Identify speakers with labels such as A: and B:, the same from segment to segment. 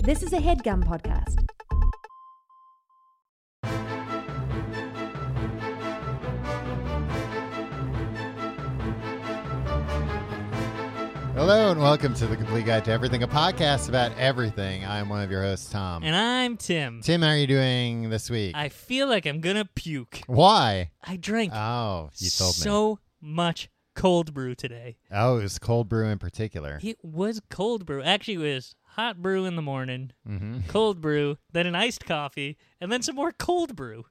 A: This is a headgum podcast.
B: Hello and welcome to the Complete Guide to Everything, a podcast about everything. I'm one of your hosts, Tom.
C: And I'm Tim.
B: Um, Tim, how are you doing this week?
C: I feel like I'm gonna puke.
B: Why?
C: I drank
B: Oh, you told me.
C: so much cold brew today.
B: Oh, it was cold brew in particular.
C: It was cold brew. Actually, it was hot brew in the morning,
B: hmm
C: cold brew, then an iced coffee, and then some more cold brew.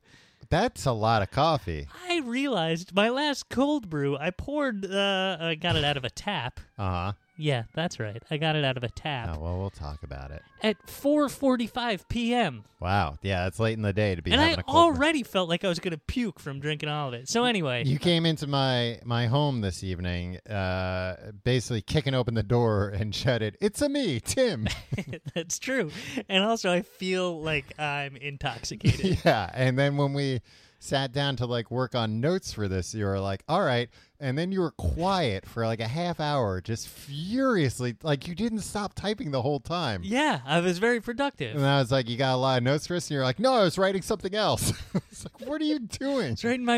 B: That's a lot of coffee.
C: I realized my last cold brew, I poured, uh, I got it out of a tap.
B: Uh huh.
C: Yeah, that's right. I got it out of a
B: Oh,
C: tap
B: well, we'll talk about it.
C: at 4:45 p.m.
B: Wow. Yeah, that's late in the day to be
C: and
B: having
C: I
B: a cold brew.
C: already felt like I was going to puke from drinking all of it. So anyway,
B: You came into my my home this evening, uh, basically kicking open the door and shouted, "It's a me, Tim."
C: That's true. And also, I feel like I'm intoxicated.
B: yeah, and then when we sat down to like work on notes for this, you were like, "All right," and then you were quiet for like a half hour, just furiously, like you didn't stop typing the whole time.
C: yeah, I was very
B: And
C: productive.
B: I was like, "You got a lot of notes for us," and you're like, "No, I was writing something else." it's like, "What are you doing?"
C: It's right in my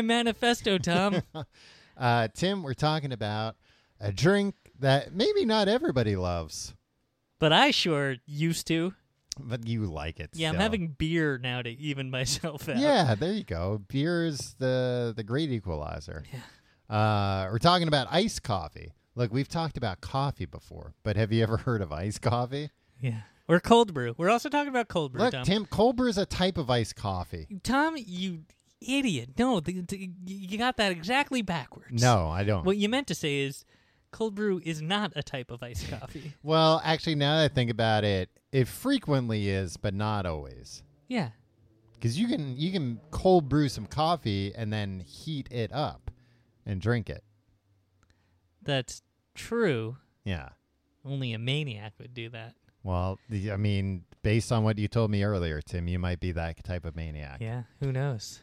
C: manifesto, Tom.
B: Uh, Tim, we're talking about a drink that maybe not everybody loves,
C: but I sure used to.
B: but you like it.
C: Yeah, I'm
B: still.
C: having beer now to even myself out.
B: Yeah, there you go. Beer is the the great equalizer. Uh, we're talking about iced coffee. Look, we've talked about coffee before, but have you ever heard of iced coffee?
C: Yeah. Or cold brew. We're also talking about cold brew,
B: Look,
C: Tom.
B: Tim, cold brew is a type of iced coffee.
C: Tom, you idiot. No, the, the- you got that exactly backwards.
B: No, I don't.
C: What you meant to say is cold brew is not a type of iced coffee.
B: Well, actually, now that I think about it, it frequently is, but not always.
C: yeah.
B: Because you can you can cold brew some coffee and then heat it up and drink it.
C: That's true.
B: Yeah.
C: Only a maniac would do that.
B: Well, the- I mean, based on what you told me earlier, Tim, you might be that type of maniac.
C: Yeah, who knows?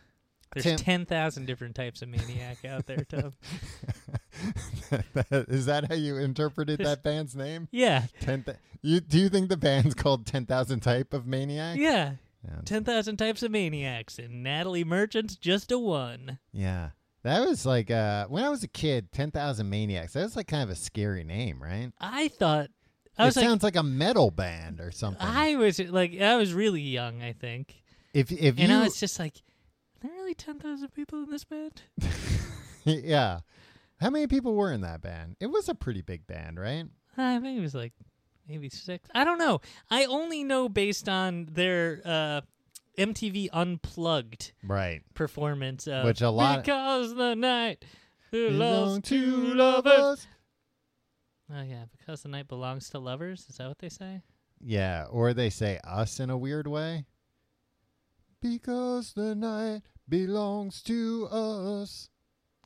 B: Tim-
C: There's 10,000 different types of maniac out there, Tom.
B: Is that how you interpreted that band's name?
C: Yeah,
B: Ten th- you, do you think the band's called Ten Thousand Type of Maniac?
C: yeah.
B: Yeah.
C: 10,000 types of maniacs, and Natalie Merchant's just a one.
B: Yeah. That was like uh, when I was a kid. Ten Thousand Maniacs. That was like kind of a scary name, right?
C: I thought, I was
B: it
C: like,
B: sounds like a metal band or something.
C: I was like, I was really young, I think.
B: if if
C: And
B: you
C: I was just like, are there really 10,000 people in this band?
B: yeah, how many people were in that band? It was a pretty big band, right?
C: I think it was like maybe six. I don't know. I only know based on their uh, MTV Unplugged
B: Right.
C: performance of
B: Which a lot-
C: because the night belongs
B: Belong
C: to lovers. Oh yeah, because the night belongs to lovers. Is that what they say?
B: Yeah, or they say us in a weird way. Because the night belongs to us.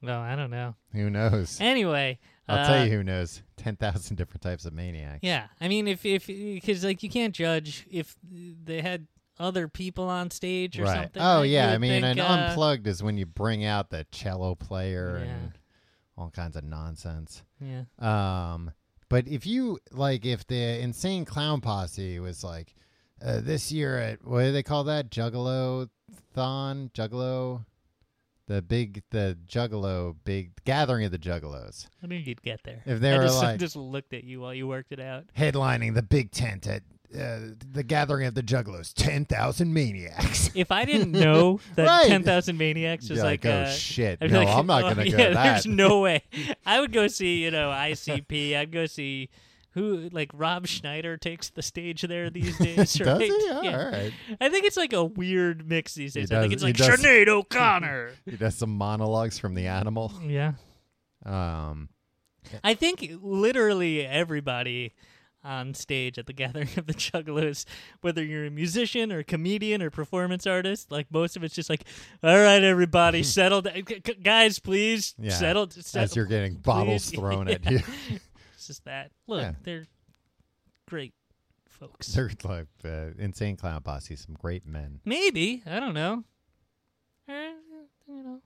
C: No, I don't know.
B: Who knows?
C: Anyway,
B: I'll
C: uh,
B: tell you who knows. 10,000 different types of maniacs.
C: Yeah, I mean, if if because like you can't judge if they had other people on stage or
B: Right.
C: something.
B: Oh,
C: right? You
B: yeah.
C: would
B: I mean,
C: think,
B: an
C: uh,
B: unplugged is when you bring out the cello player
C: Yeah.
B: and all kinds of nonsense.
C: Yeah.
B: Um, but if you like, if the insane clown posse was like uh, this year at what do they call that? Juggalo thon, Juggalo, the big, the Juggalo big gathering of the Juggalos,
C: I knew you'd get there.
B: If they
C: I
B: were
C: just,
B: like-
C: just looked at you while you worked it out.
B: headlining the big tent at uh, the gathering of the Juggalos, ten thousand maniacs.
C: If I didn't know that
B: Right.
C: ten thousand maniacs was
B: You're
C: like,
B: like, oh
C: uh,
B: shit,
C: I'd be
B: no,
C: like,
B: I'm not
C: "Oh,
B: gonna go
C: yeah,
B: to
C: There's
B: that.
C: no way. I would go see, you know, ICP. I'd go see who, like Rob Schneider takes the stage there these days.
B: Does
C: right?
B: he? Oh,
C: Yeah.
B: All right.
C: I think it's like a weird mix these days.
B: He
C: I think
B: does-
C: it's like
B: he does.
C: Sinead O'Connor.
B: He does some monologues from the animal.
C: yeah.
B: Um,
C: I think literally everybody on stage at the gathering of the juggalos whether you're a musician or a comedian or performance artist like most of it's just like all right everybody settle down G- g- guys please
B: Yeah.
C: settle, settle
B: as you're getting bottles
C: Please.
B: thrown at
C: Yeah.
B: you.
C: It's just that. Look,
B: Yeah.
C: they're great folks.
B: They're like uh, insane clown posse, some great men.
C: Maybe I don't know. Eh, you know,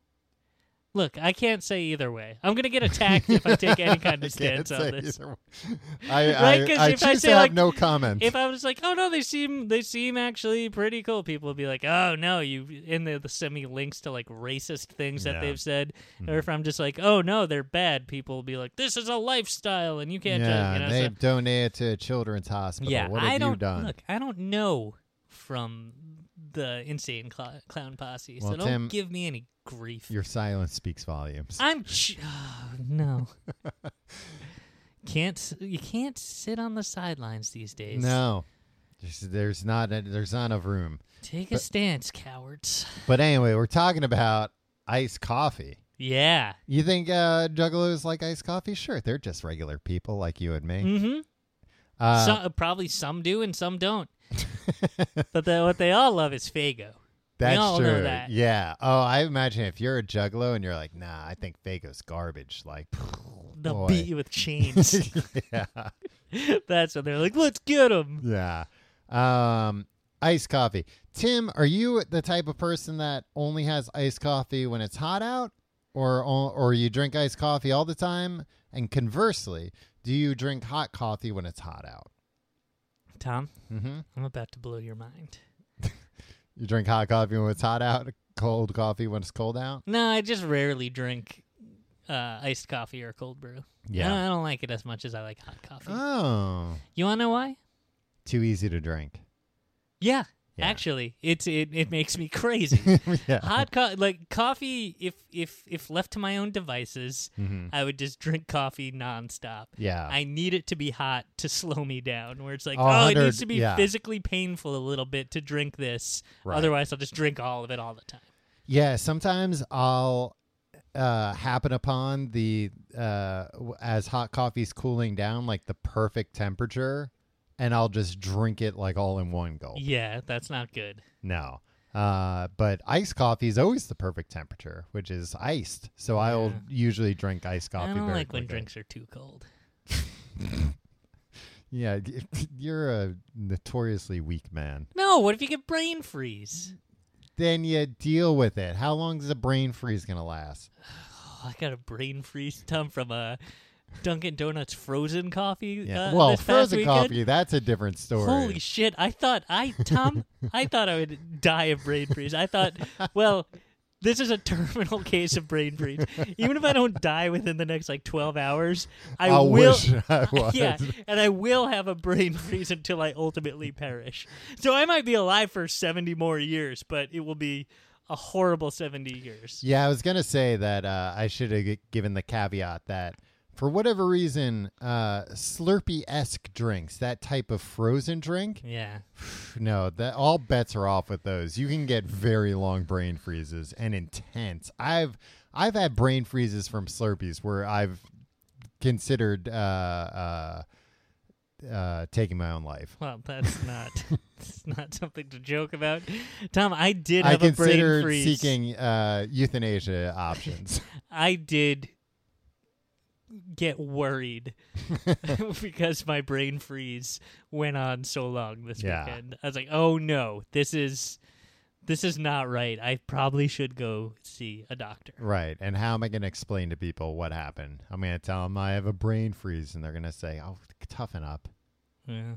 C: Look, I can't say either way. I'm gonna get attacked if I take any kind
B: I
C: of stance
B: can't
C: on
B: say
C: this.
B: either way. I,
C: Right, 'cause
B: I, I
C: if I
B: choose
C: say,
B: to have
C: like,
B: no comment.
C: If I was like, oh no, they seem they seem actually pretty cool, people would be like, oh no, you and the, the send me links to like racist things that
B: Yeah. Mm-hmm.
C: they've said. Or if I'm just like, oh no, they're bad, people will be like, this is a lifestyle and you can't. do it,"
B: yeah,
C: you know,
B: they
C: so-
B: donated to a children's hospital.
C: yeah.
B: what
C: I
B: have
C: don't
B: you done?
C: look. I don't know from the insane cl- clown posse, so
B: Well,
C: don't
B: Tim-
C: give me any grief.
B: Your silence speaks volumes.
C: I'm ch- oh, no. can't s- you can't sit on the sidelines these days?
B: no, there's, there's not a, there's not enough room.
C: Take a
B: But-
C: stance, cowards.
B: But anyway, we're talking about iced coffee.
C: Yeah.
B: You think uh, juggalos like iced coffee? Sure, they're just regular people like you and me.
C: Mm-hmm.
B: Uh,
C: so, probably some do and some don't. but the, what they all love is Fago.
B: that's
C: all
B: true.
C: know that.
B: Yeah. Oh, I imagine if you're a juggalo and you're like, nah, I think Fago's garbage. Like,
C: They'll
B: boy.
C: beat you with chains.
B: yeah.
C: That's when they're like, let's get them.
B: Yeah. Um, iced coffee. Tim, are you the type of person that only has iced coffee when it's hot out, or or you drink iced coffee all the time? And conversely, do you drink hot coffee when it's hot out?
C: Tom,
B: Mm-hmm.
C: I'm about to blow your mind.
B: You drink hot coffee when it's hot out, cold coffee when it's cold out.
C: No, I just rarely drink uh, iced coffee or cold brew. No, I don't like it as much as I like hot coffee.
B: Oh,
C: you want to know why?
B: too easy to drink.
C: Yeah,
B: Yeah.
C: actually, it's it, it makes me crazy.
B: yeah.
C: Hot co- like coffee. If if if left to my own devices,
B: Mhm.
C: I would just drink coffee nonstop.
B: Yeah.
C: I need it to be hot to slow me down. Where it's like,
B: A
C: oh, it
B: hundred-
C: needs to be
B: yeah.
C: physically painful a little bit to drink this.
B: Right.
C: Otherwise, I'll just drink all of it all the time.
B: Yeah, sometimes I'll uh, happen upon the uh, w- as hot coffee's cooling down, like the perfect temperature, and I'll just drink it like all in one gulp.
C: Yeah, that's not good.
B: No, uh, but iced coffee is always the perfect temperature, which is iced. So I'll
C: Yeah.
B: usually drink iced coffee.
C: I don't
B: very eh?
C: like when
B: quickly.
C: drinks are too cold.
B: Yeah, you're a notoriously weak man.
C: No, what if you get brain freeze?
B: Then you deal with it. How long is a brain freeze gonna last?
C: Oh, I got a brain freeze Tom from a Dunkin' Donuts frozen coffee.
B: Yeah.
C: uh,
B: well,
C: this past
B: frozen
C: weekend.
B: coffee—that's a different story.
C: Holy shit! I thought I Tom, I thought I would die of brain freeze. I thought, well, this is a terminal case of brain freeze. Even if I don't die within the next like twelve hours, I
B: I
C: will.
B: wish I was.
C: Yeah, and I will have a brain freeze until I ultimately perish. So I might be alive for seventy more years, but it will be a horrible seventy years.
B: Yeah, I was gonna say that uh, I should have given the caveat that for whatever reason, uh, Slurpee esque drinks, that type of frozen drink,
C: Yeah.
B: no, that all bets are off with those. You can get very long brain freezes and intense. I've I've had brain freezes from Slurpees where I've considered uh, uh, uh, taking my own life.
C: Well, that's not that's not something to joke about. Tom, I did
B: I
C: have a brain
B: considered
C: freeze.
B: seeking uh, euthanasia options.
C: I did get worried because my brain freeze went on so long this
B: Yeah.
C: weekend. I was like, "Oh no, this is this is not right. I probably should go see a doctor."
B: Right. And how am I going to explain to people what happened? I'm going to tell them I have a brain freeze, and they're going to say, "Oh, toughen up.
C: Yeah.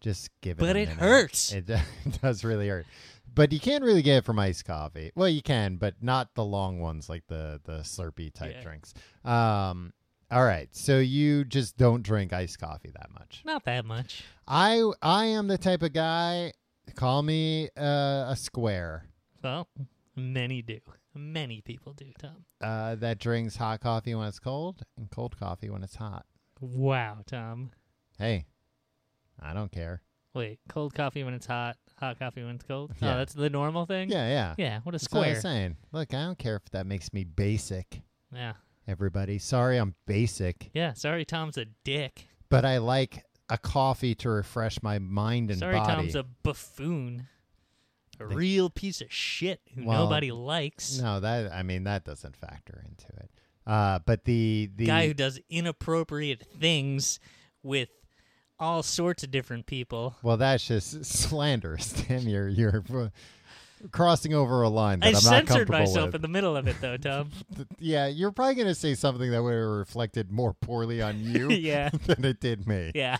B: Just give it."
C: But
B: a
C: it
B: minute."
C: hurts.
B: It, do- it does really hurt. But you can't really get it from iced coffee. Well, you can, but not the long ones like the the Slurpee type
C: Yeah.
B: drinks. Um. All right. So you just don't drink iced coffee that much.
C: Not that much.
B: I I am the type of guy. Call me uh, a square.
C: Well, many do. Many people do, Tom.
B: Uh, that drinks hot coffee when it's cold and cold coffee when it's hot.
C: Wow, Tom.
B: Hey, I don't care.
C: Wait, cold coffee when it's hot, hot coffee when it's cold.
B: Yeah.
C: Oh, that's the normal thing.
B: Yeah, yeah.
C: Yeah. What a
B: That's what I
C: square.
B: was saying. Look, I don't care if that makes me basic,
C: Yeah.
B: everybody. Sorry I'm basic,
C: Yeah. Sorry, Tom's a dick.
B: but I like a coffee to refresh my mind and
C: Sorry,
B: body.
C: Tom's a buffoon, a
B: They-
C: real piece of shit who
B: Well,
C: nobody likes.
B: no, that I mean that doesn't factor into it. Uh, but the the
C: Guy who does inappropriate things with all sorts of different people.
B: well, that's just slanderous, Tim. You're you're crossing over a line that
C: I
B: am not
C: censored
B: comfortable
C: myself
B: with.
C: in the middle of it, though, Tom.
B: Th- yeah, you're probably going to say something that would have reflected more poorly on you
C: yeah,
B: than it did me.
C: yeah.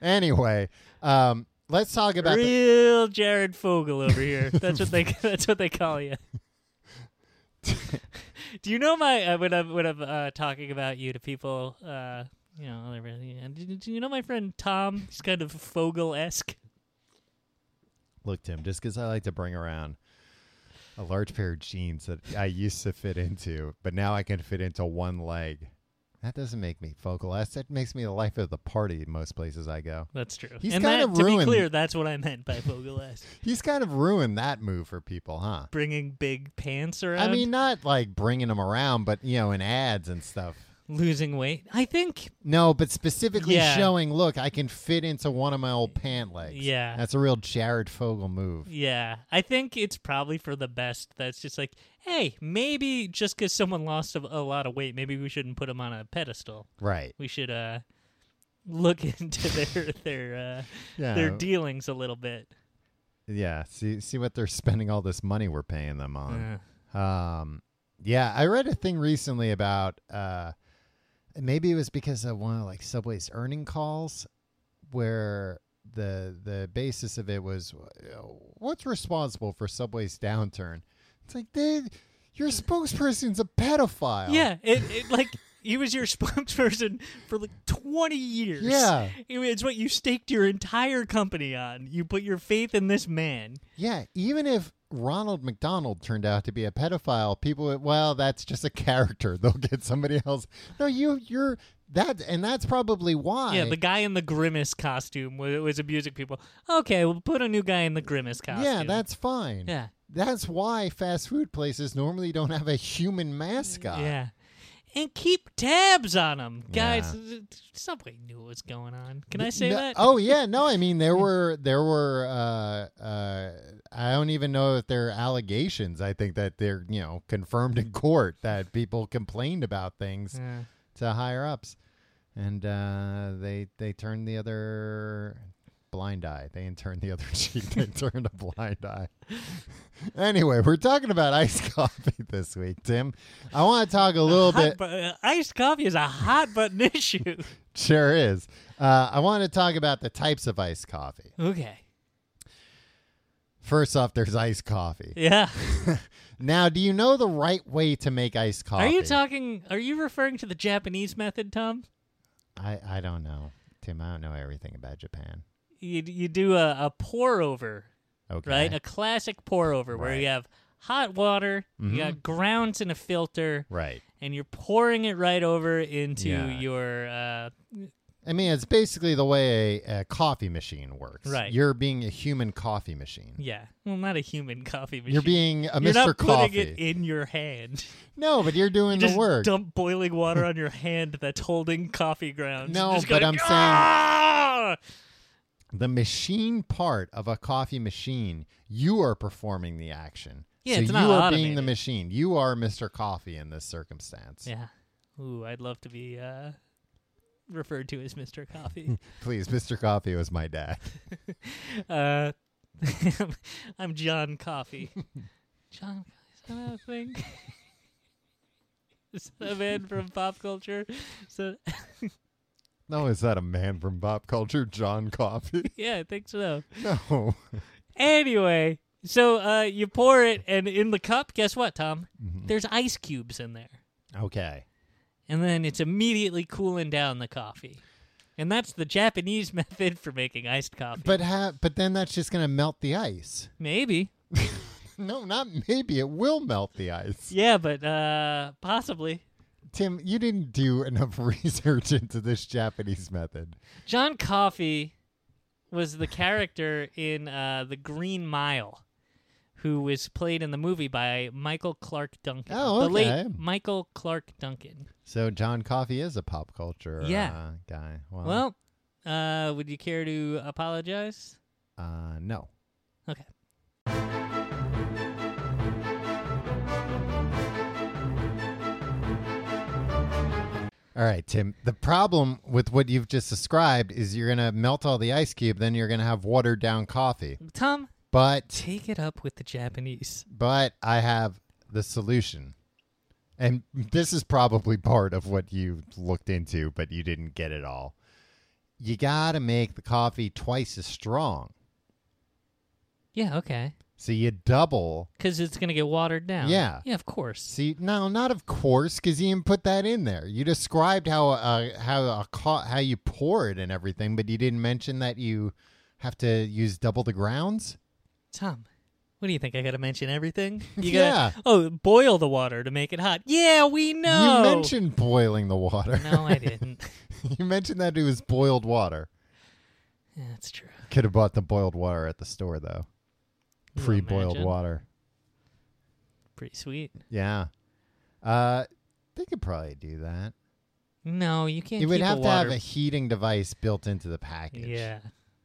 B: Anyway, um, let's talk about the-
C: Real Jared Fogle over here. That's what they. that's what they call you. Do you know my uh, when I'm when I'm uh, talking about you to people? Uh, you know, everything. and Do do you know my friend Tom? He's kind of Fogle esque.
B: Look, Tim, just because I like to bring around a large pair of jeans that I used to fit into, but now I can fit into one leg. That doesn't make me focal. That's- That makes me the life of the party most places I go.
C: That's true.
B: He's
C: and
B: kinda
C: that, to be
B: ruined-
C: clear, that's what I meant by Fogle esque.
B: He's kind of ruined that move for people, huh?
C: Bringing big pants around.
B: I mean, not like bringing them around, but you know, in ads and stuff.
C: losing weight. I think.
B: No, but specifically
C: Yeah.
B: showing, look, I can fit into one of my old pant legs.
C: Yeah.
B: that's a real Jared Fogle move.
C: Yeah, I think it's probably for the best. That's just like, hey, maybe just because someone lost a, a lot of weight, maybe we shouldn't put them on a pedestal.
B: Right?
C: We should uh look into their their uh,
B: Yeah.
C: their dealings a little bit.
B: yeah. See, see what they're spending all this money we're paying them on.
C: Uh,
B: Um, yeah, I read a thing recently about uh, maybe it was because of one of like Subway's earning calls, where the the basis of it was uh, what's responsible for Subway's downturn. It's like they, your spokesperson's a pedophile.
C: yeah, it, it like he was your spokesperson for like twenty years.
B: Yeah.
C: It- it's what you staked your entire company on. You put your faith in this man.
B: yeah. Even if Ronald McDonald turned out to be a pedophile, people would, well, that's just a character. They'll get somebody else. No, you you're that, and that's probably why.
C: Yeah, the guy in the grimace costume was, was abusing people. Okay, we'll put a new guy in the grimace costume.
B: yeah, that's fine.
C: yeah,
B: That's why fast food places normally don't have a human mascot.
C: yeah, and keep tabs on them, guys. Subway knew what was going on. Can I say
B: No-
C: that?
B: Oh yeah, no. I mean, there were there were. Uh, uh, I don't even know if there are allegations. I think that they're you know confirmed in court that people complained about things
C: Yeah.
B: to higher ups, and uh, they they turned the other blind eye. They turned the other cheek. They turned a blind eye. anyway, we're talking about iced coffee this week, Tim. I want to talk a little
C: Hot
B: bit.
C: bu- uh, iced coffee is a hot button issue.
B: Sure is. Uh, I want to talk about the types of iced coffee.
C: Okay.
B: First off, there's iced coffee.
C: Yeah.
B: Now, do you know the right way to make iced coffee?
C: Are you talking? Are you referring to the Japanese method, Tom?
B: I, I don't know, Tim. I don't know everything about Japan.
C: You you do a, a pour over,
B: Okay.
C: right? A classic pour over where
B: Right.
C: you have hot water,
B: Mhm.
C: you got grounds in a filter,
B: Right.
C: and you're pouring it right over into
B: Yeah.
C: your uh,
B: I mean, it's basically the way a, a coffee machine works.
C: Right.
B: You're being a human coffee machine.
C: yeah, well, not a human coffee machine.
B: You're being a
C: You're
B: Mr.
C: not putting
B: coffee.
C: it in your hand.
B: no, but you're doing
C: Just
B: the work.
C: dump boiling water on your hand that's holding coffee grounds.
B: No,
C: Just
B: but
C: going,
B: I'm saying-
C: "Ah!"
B: The machine part of a coffee machine, you are performing the action.
C: Yeah,
B: so
C: it's
B: you
C: not
B: are being the
C: automated.
B: machine. You are Mr. Coffee in this circumstance.
C: Yeah. Ooh, I'd love to be uh, referred to as Mr. Coffee.
B: Please, Mr. Coffee was my dad.
C: uh, I'm John Coffee. John, is that a thing? is that a man from pop culture? So
B: No, is that a man from pop culture, John Coffee?
C: yeah, I think so.
B: No.
C: Anyway, so uh, you pour it, and in the cup, guess what, Tom? There's ice cubes in there,
B: Okay.
C: and then it's immediately cooling down the coffee, and that's the Japanese method for making iced coffee.
B: But ha- but then that's just going to melt the ice.
C: maybe,
B: No, not maybe. It will melt the ice.
C: yeah, but uh, possibly.
B: Tim, you didn't do enough research into this Japanese method.
C: John Coffey was the character in uh, the Green Mile, who was played in the movie by Michael Clark Duncan.
B: Oh,
C: the late
B: okay.
C: Michael Clark Duncan.
B: So John Coffee is a pop culture
C: Yeah.
B: uh, guy. Wow.
C: Well, uh, would you care to apologize?
B: uh, no.
C: Okay.
B: All right, Tim. The problem with what you've just described is you're going to melt all the ice cube, then you're going to have watered down coffee.
C: Tom,
B: But
C: Take it up with the Japanese.
B: but I have the solution. And this is probably part of what you looked into, but you didn't get it all. You got to make the coffee twice as strong.
C: Yeah, okay.
B: So you double.
C: Because it's going to get watered down.
B: Yeah.
C: Yeah, of course.
B: See, no, not of course, because you didn't put that in there. You described how uh, how a co- how you pour it and everything, but you didn't mention that you have to use double the grounds.
C: Tom, what do you think? I got to mention everything? You
B: Yeah.
C: gotta, Oh, boil the water to make it hot. Yeah, we know.
B: You mentioned boiling the water.
C: No, I didn't.
B: you mentioned that it was boiled water.
C: yeah, that's true.
B: Could have bought the boiled water at the store though.
C: You
B: Pre boiled
C: imagine?
B: water.
C: Pretty sweet.
B: Yeah. Uh they could probably do that.
C: No, you can't.
B: You would
C: keep
B: have
C: a
B: to have
C: water.
B: a heating device built into the package.
C: Yeah.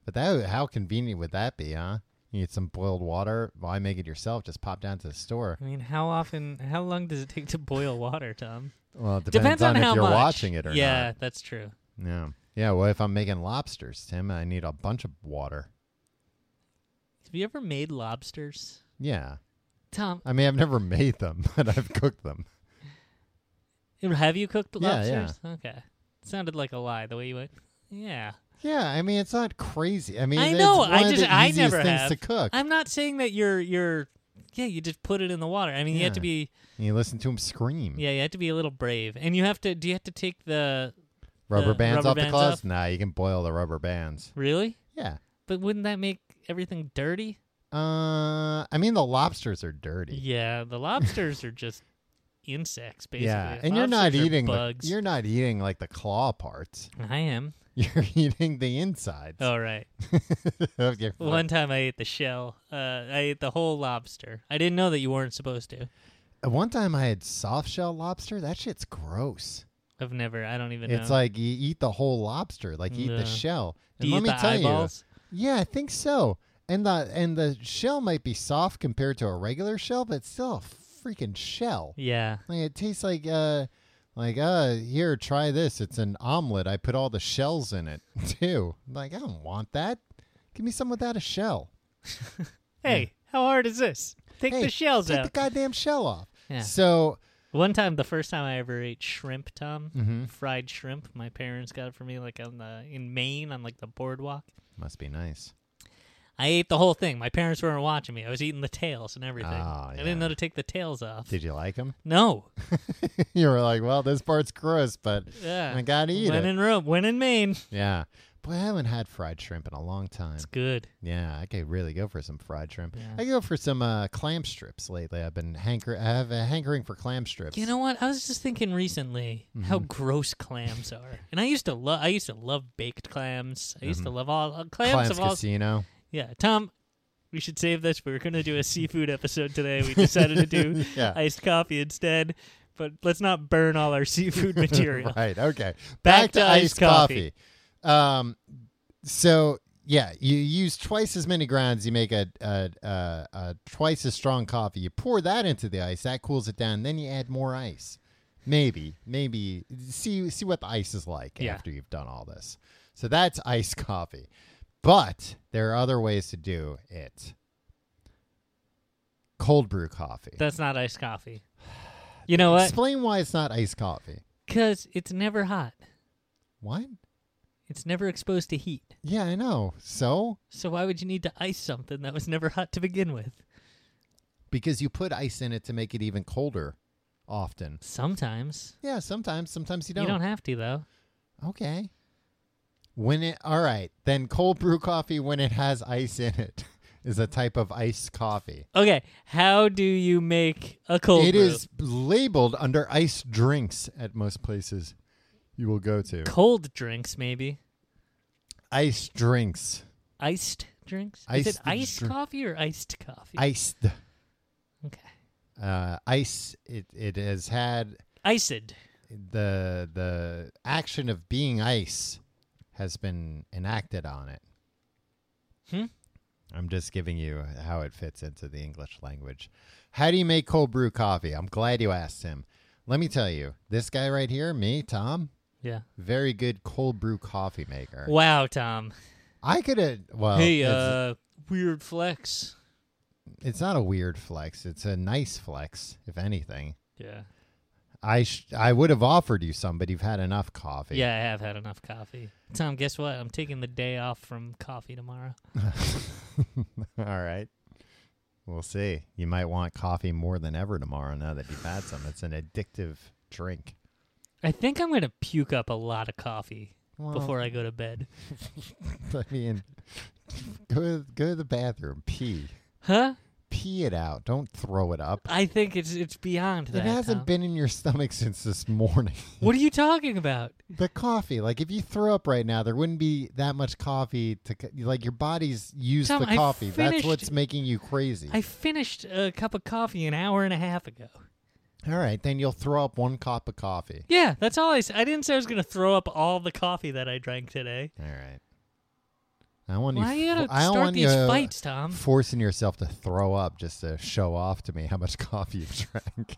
B: But that would- how convenient would that be, huh? You need some boiled water. Why make it yourself? Just pop down to the store.
C: I mean, how often? How long does it take to boil water, Tom?
B: Well, it depends, on,
C: how
B: if you're
C: much.
B: watching it or
C: yeah, that's true.
B: not. Yeah. Yeah. Well, if I'm making lobsters, Tim, I need a bunch of water.
C: Have you ever made lobsters,
B: Yeah.
C: Tom?
B: I mean, I've never made them, but I've cooked them.
C: Have you cooked
B: Yeah, yeah.
C: lobsters? Okay. It sounded like a lie the way you went. Yeah.
B: Yeah, I mean, it's not crazy. I mean,
C: I
B: it's
C: know,
B: One
C: I
B: of
C: just-
B: the
C: I
B: easiest
C: never
B: things
C: have.
B: to cook.
C: I'm not saying that you're you're. Yeah, you just put it in the water. I mean, you have to
B: Yeah.
C: be.
B: And you listen to him scream.
C: Yeah, you have to be a little brave, and you have to. Do you have to take the
B: Rubber
C: The
B: bands
C: rubber
B: off the
C: bands
B: claws?
C: off?
B: Nah, you can boil the rubber bands.
C: really?
B: Yeah.
C: But wouldn't that make everything dirty?
B: Uh, I mean the lobsters are dirty.
C: Yeah, the lobsters are just insects, basically.
B: yeah, and you're not
C: Lobsters are
B: eating
C: bugs.
B: The, you're not eating like the claw parts.
C: I am.
B: You're eating the insides.
C: All right.
B: of your foot.
C: Oh. One time I ate the shell. Uh, I ate the whole lobster. I didn't know that you weren't supposed to.
B: Uh, One time I had soft shell lobster. That shit's gross.
C: I've never. I don't even.
B: It's
C: know.
B: like you eat the whole lobster, like you eat
C: Yeah.
B: the shell.
C: Do
B: And
C: you
B: let
C: eat
B: me
C: the
B: tell you,
C: eyeballs?
B: Yeah, I think so. And the and the shell might be soft compared to a regular shell, but it's still a freaking shell.
C: Yeah.
B: Like it tastes like uh like uh here, try this. It's an omelet. I put all the shells in it too. Like I don't want that. Give me some without a shell.
C: Hey, how hard is this? Take
B: Hey,
C: the shells
B: Take
C: out.
B: the goddamn shell off.
C: Yeah.
B: So
C: One time, the first time I ever ate shrimp, Tom,
B: Mhm.
C: fried shrimp. My parents got it for me, like on the in Maine, on like the boardwalk.
B: must be nice.
C: I ate the whole thing. My parents weren't watching me. I was eating the tails and everything.
B: Ah,
C: I didn't know
B: yeah.
C: to take the tails off.
B: Did you like them?
C: no.
B: you were like, well, this part's gross, but
C: Yeah.
B: I gotta eat
C: when
B: it.
C: in Rome, when in Maine.
B: yeah. Boy, I haven't had fried shrimp in a long time.
C: It's good.
B: Yeah, I could really go for some fried shrimp.
C: Yeah.
B: I could go for some uh, clam strips lately. I've been hanker. I have a hankering for clam strips.
C: You know what? I was just thinking recently
B: Mm-hmm.
C: how gross clams are, and I used to love. I used to love baked clams. I used to love all uh, clams,
B: Mm-hmm. clams
C: of all.
B: casino.
C: Yeah, Tom, we should save this. We were going to do a seafood episode today. We decided to do
B: Yeah.
C: iced coffee instead. But let's not burn all our seafood material.
B: right. Okay. Back,
C: to iced coffee.
B: coffee. Um. So yeah, you use twice as many grounds. You make a, a, a, a twice as strong coffee. You pour that into the ice. That cools it down. Then you add more ice. Maybe, maybe see see what the ice is like
C: Yeah.
B: after you've done all this. So that's iced coffee. But there are other ways to do it. Cold brew coffee.
C: That's not iced coffee. You know what?
B: Explain why it's not iced coffee.
C: Because it's never hot.
B: What?
C: It's never exposed to heat.
B: Yeah, I know. So
C: So why would you need to ice something that was never hot to begin with?
B: because you put ice in it to make it even colder often.
C: Sometimes.
B: Yeah, sometimes. Sometimes you don't.
C: You don't have to though.
B: okay. When it all right, then cold brew coffee when it has ice in it is a type of iced coffee.
C: Okay, how do you make a cold
B: It
C: brew?
B: is labeled under iced drinks at most places you will go to.
C: cold drinks maybe.
B: Ice drinks.
C: Iced drinks? is
B: Iced
C: it iced
B: dr-
C: coffee or iced coffee?
B: Iced
C: okay.
B: uh ice it it has had
C: Iced.
B: the the action of being ice has been enacted on it.
C: Hmm?
B: I'm just giving you how it fits into the English language. How do you make cold brew coffee? I'm glad you asked him. Let me tell you, this guy right here, me, Tom,
C: Yeah.
B: very good cold brew coffee maker.
C: Wow, Tom.
B: I could have. Well,
C: hey,
B: it's,
C: uh, weird flex.
B: it's not a weird flex. It's a nice flex, if anything.
C: Yeah.
B: I sh- I would have offered you some, but you've had enough coffee.
C: Yeah, I have had enough coffee. Tom, guess what? I'm taking the day off from coffee tomorrow.
B: All right. We'll see. You might want coffee more than ever tomorrow now that you've had some. It's an addictive drink.
C: I think I'm going to puke up a lot of coffee
B: Well,
C: before I go to bed.
B: I mean, go to, go to the bathroom, pee,
C: Huh?
B: pee it out. Don't throw it up.
C: I think it's it's beyond
B: It
C: that.
B: hasn't
C: Tom.
B: been in your stomach since this morning.
C: What are you talking about?
B: the coffee, like if you throw up right now, there wouldn't be that much coffee to c- like your body's used
C: Tom,
B: the
C: I
B: coffee. That's
C: finished-
B: what's making you crazy.
C: I finished a cup of coffee an hour and a half ago.
B: All right, then you'll throw up one cup of coffee.
C: Yeah, that's all I said. I didn't say I was going to throw up all the coffee that I drank today.
B: All right. I want
C: Why
B: you.
C: you
B: fo-
C: got to
B: I don't
C: start
B: want
C: these
B: you
C: fights, Tom?
B: forcing yourself to throw up just to show off to me how much coffee you've drank.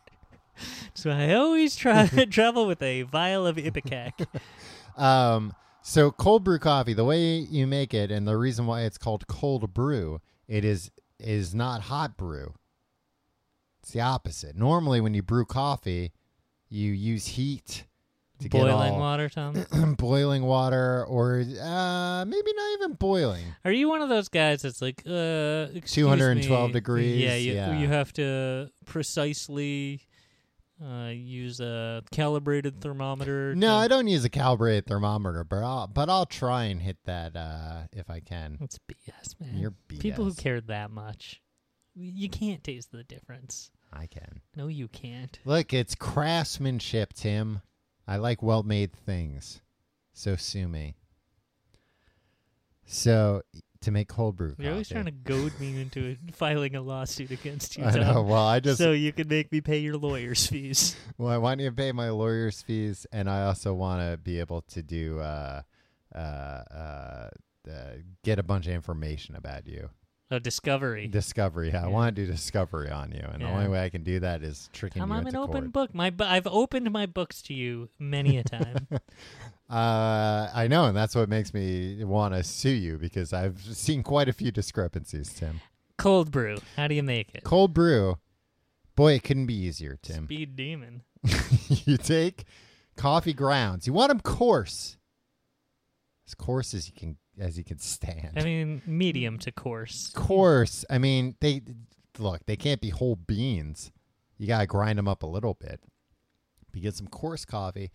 C: So I always try travel with a vial of Ipecac.
B: Um, so cold brew coffee, the way you make it, and the reason why it's called cold brew, it is is not hot brew. It's the opposite. Normally, when you brew coffee, you use heat to
C: Boiling
B: get all
C: water, Tom.
B: boiling water, or uh, maybe not even boiling.
C: Are you one of those guys that's like, uh, excuse
B: 212
C: me.
B: degrees,
C: Yeah, you,
B: yeah.
C: you have to precisely uh, use a calibrated thermometer.
B: No,
C: to-
B: I don't use a calibrated thermometer, but I'll but I'll try and hit that uh, if I can.
C: That's BS, man.
B: You're
C: People who
B: BS.
C: care that much, you can't taste the difference.
B: I can.
C: No, you can't.
B: Look, it's craftsmanship, Tim. I like well made things. So sue me. So to make cold brew coffee.
C: You're always trying to goad me into filing a lawsuit against you,
B: I know.
C: Tom,
B: Well, I just
C: so you can make me pay your lawyer's fees.
B: well, I want you to pay my lawyer's fees, and I also want to be able to do uh, uh, uh, uh, get a bunch of information about you.
C: Oh, discovery.
B: Discovery. I
C: Yeah.
B: want to do discovery on you, and the
C: Yeah.
B: only way I can do that is tricking
C: Tom,
B: you
C: I'm an
B: into court.
C: open book. My bu- I've opened my books to you many a time.
B: Uh, I know, and that's what makes me want to sue you because I've seen quite a few discrepancies, Tim.
C: Cold brew. How do you make it?
B: Cold brew, boy, it couldn't be easier, Tim.
C: Speed demon.
B: you take coffee grounds. You want them coarse, as coarse as you can as you can stand.
C: I mean, medium to coarse.
B: coarse. I mean, they look. They can't be whole beans. You gotta grind them up a little bit. But you get some coarse coffee.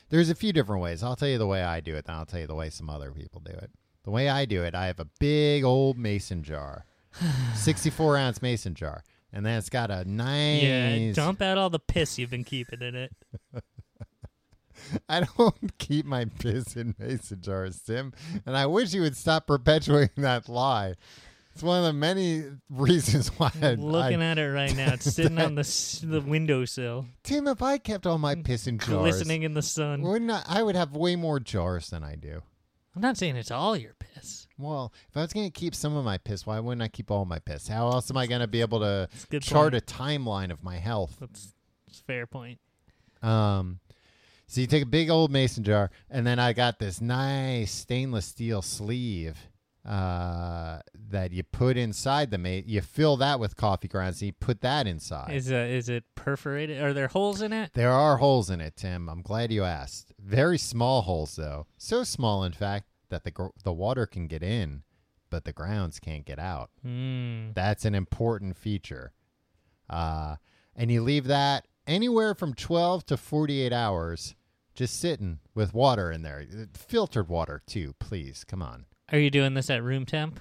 B: There's a few different ways. I'll tell you the way I do it, and I'll tell you the way some other people do it. The way I do it, I have a big old mason jar, 64 ounce mason jar, and then it's got a nice.
C: Yeah, dump out all the piss you've been keeping in it.
B: I don't keep my piss in mason jars, Tim, and I wish you would stop perpetuating that lie. It's one of the many reasons why I,
C: Looking
B: I
C: at it right now, it's sitting on the s- the windowsill,
B: Tim, if I kept all my piss in jars,
C: Mm. glistening in the sun.
B: wouldn't I, I would have way more jars than I do.
C: I'm not saying it's all your piss.
B: Well, if I was going to keep some of my piss, why wouldn't I keep all my piss? How else am I going to be able to
C: It's a good
B: chart
C: point.
B: a timeline of my health?
C: That's, that's a fair point.
B: Um, so you take a big old mason jar, and then I got this nice stainless steel sleeve uh, that you put inside the mate. You fill that with coffee grounds, and you put that inside.
C: Is uh, is it perforated? Are there holes in it?
B: There are holes in it, Tim. I'm glad you asked. Very small holes, though. So small, in fact, that the gr- the water can get in, but the grounds can't get out.
C: Mm.
B: That's an important feature. Uh, and you leave that anywhere from 12 to 48 hours, just sitting with water in there, Uh, filtered water too. Please, come on.
C: Are you doing this at room temp?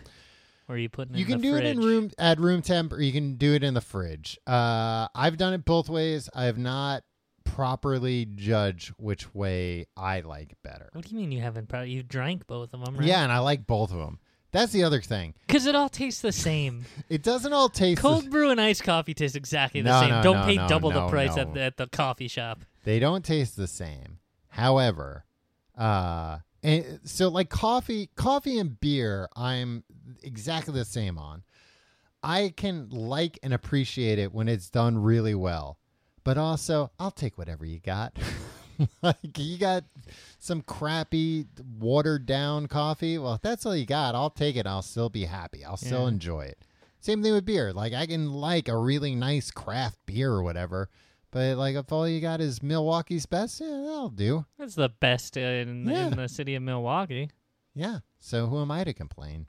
C: Or are you putting it
B: You
C: in
B: can
C: the
B: do it
C: fridge?
B: in room at room temp, or you can do it in the fridge. Uh, I've done it both ways. I have not properly judged which way I like better.
C: What do you mean you haven't? Probably you drank both of them, right?
B: Yeah, and I like both of them. That's the other thing.
C: because it all tastes the same.
B: It doesn't all taste. the-
C: Cold brew and iced coffee taste exactly the
B: No,
C: same.
B: no,
C: Don't
B: no,
C: pay
B: no,
C: double
B: no,
C: the price
B: no.
C: at, the, at the coffee shop.
B: they don't taste the same. However, uh, and so like coffee, coffee and beer, I'm exactly the same on. I can like and appreciate it when it's done really well, but also I'll take whatever you got. like you got some crappy watered down coffee. Well, if that's all you got, I'll take it. I'll still be happy. I'll still
C: Yeah.
B: enjoy it. Same thing with beer. Like I can like a really nice craft beer or whatever, but like if all you got is Milwaukee's best, yeah, that'll do.
C: That's the best in,
B: Yeah.
C: in the city of Milwaukee.
B: Yeah. So who am I to complain?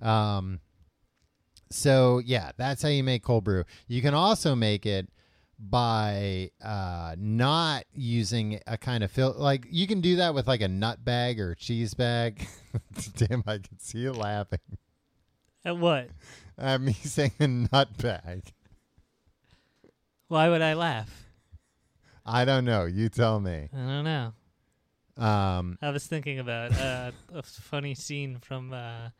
B: Um so yeah, that's how you make cold brew. You can also make it by uh not using a kind of fill like you can do that with like a nut bag or a cheese bag. Damn, I can see you laughing.
C: At what?
B: I'm me saying a nut bag.
C: Why would I laugh?
B: I don't know. You tell me.
C: I don't know.
B: Um
C: I was thinking about uh, a funny scene from uh,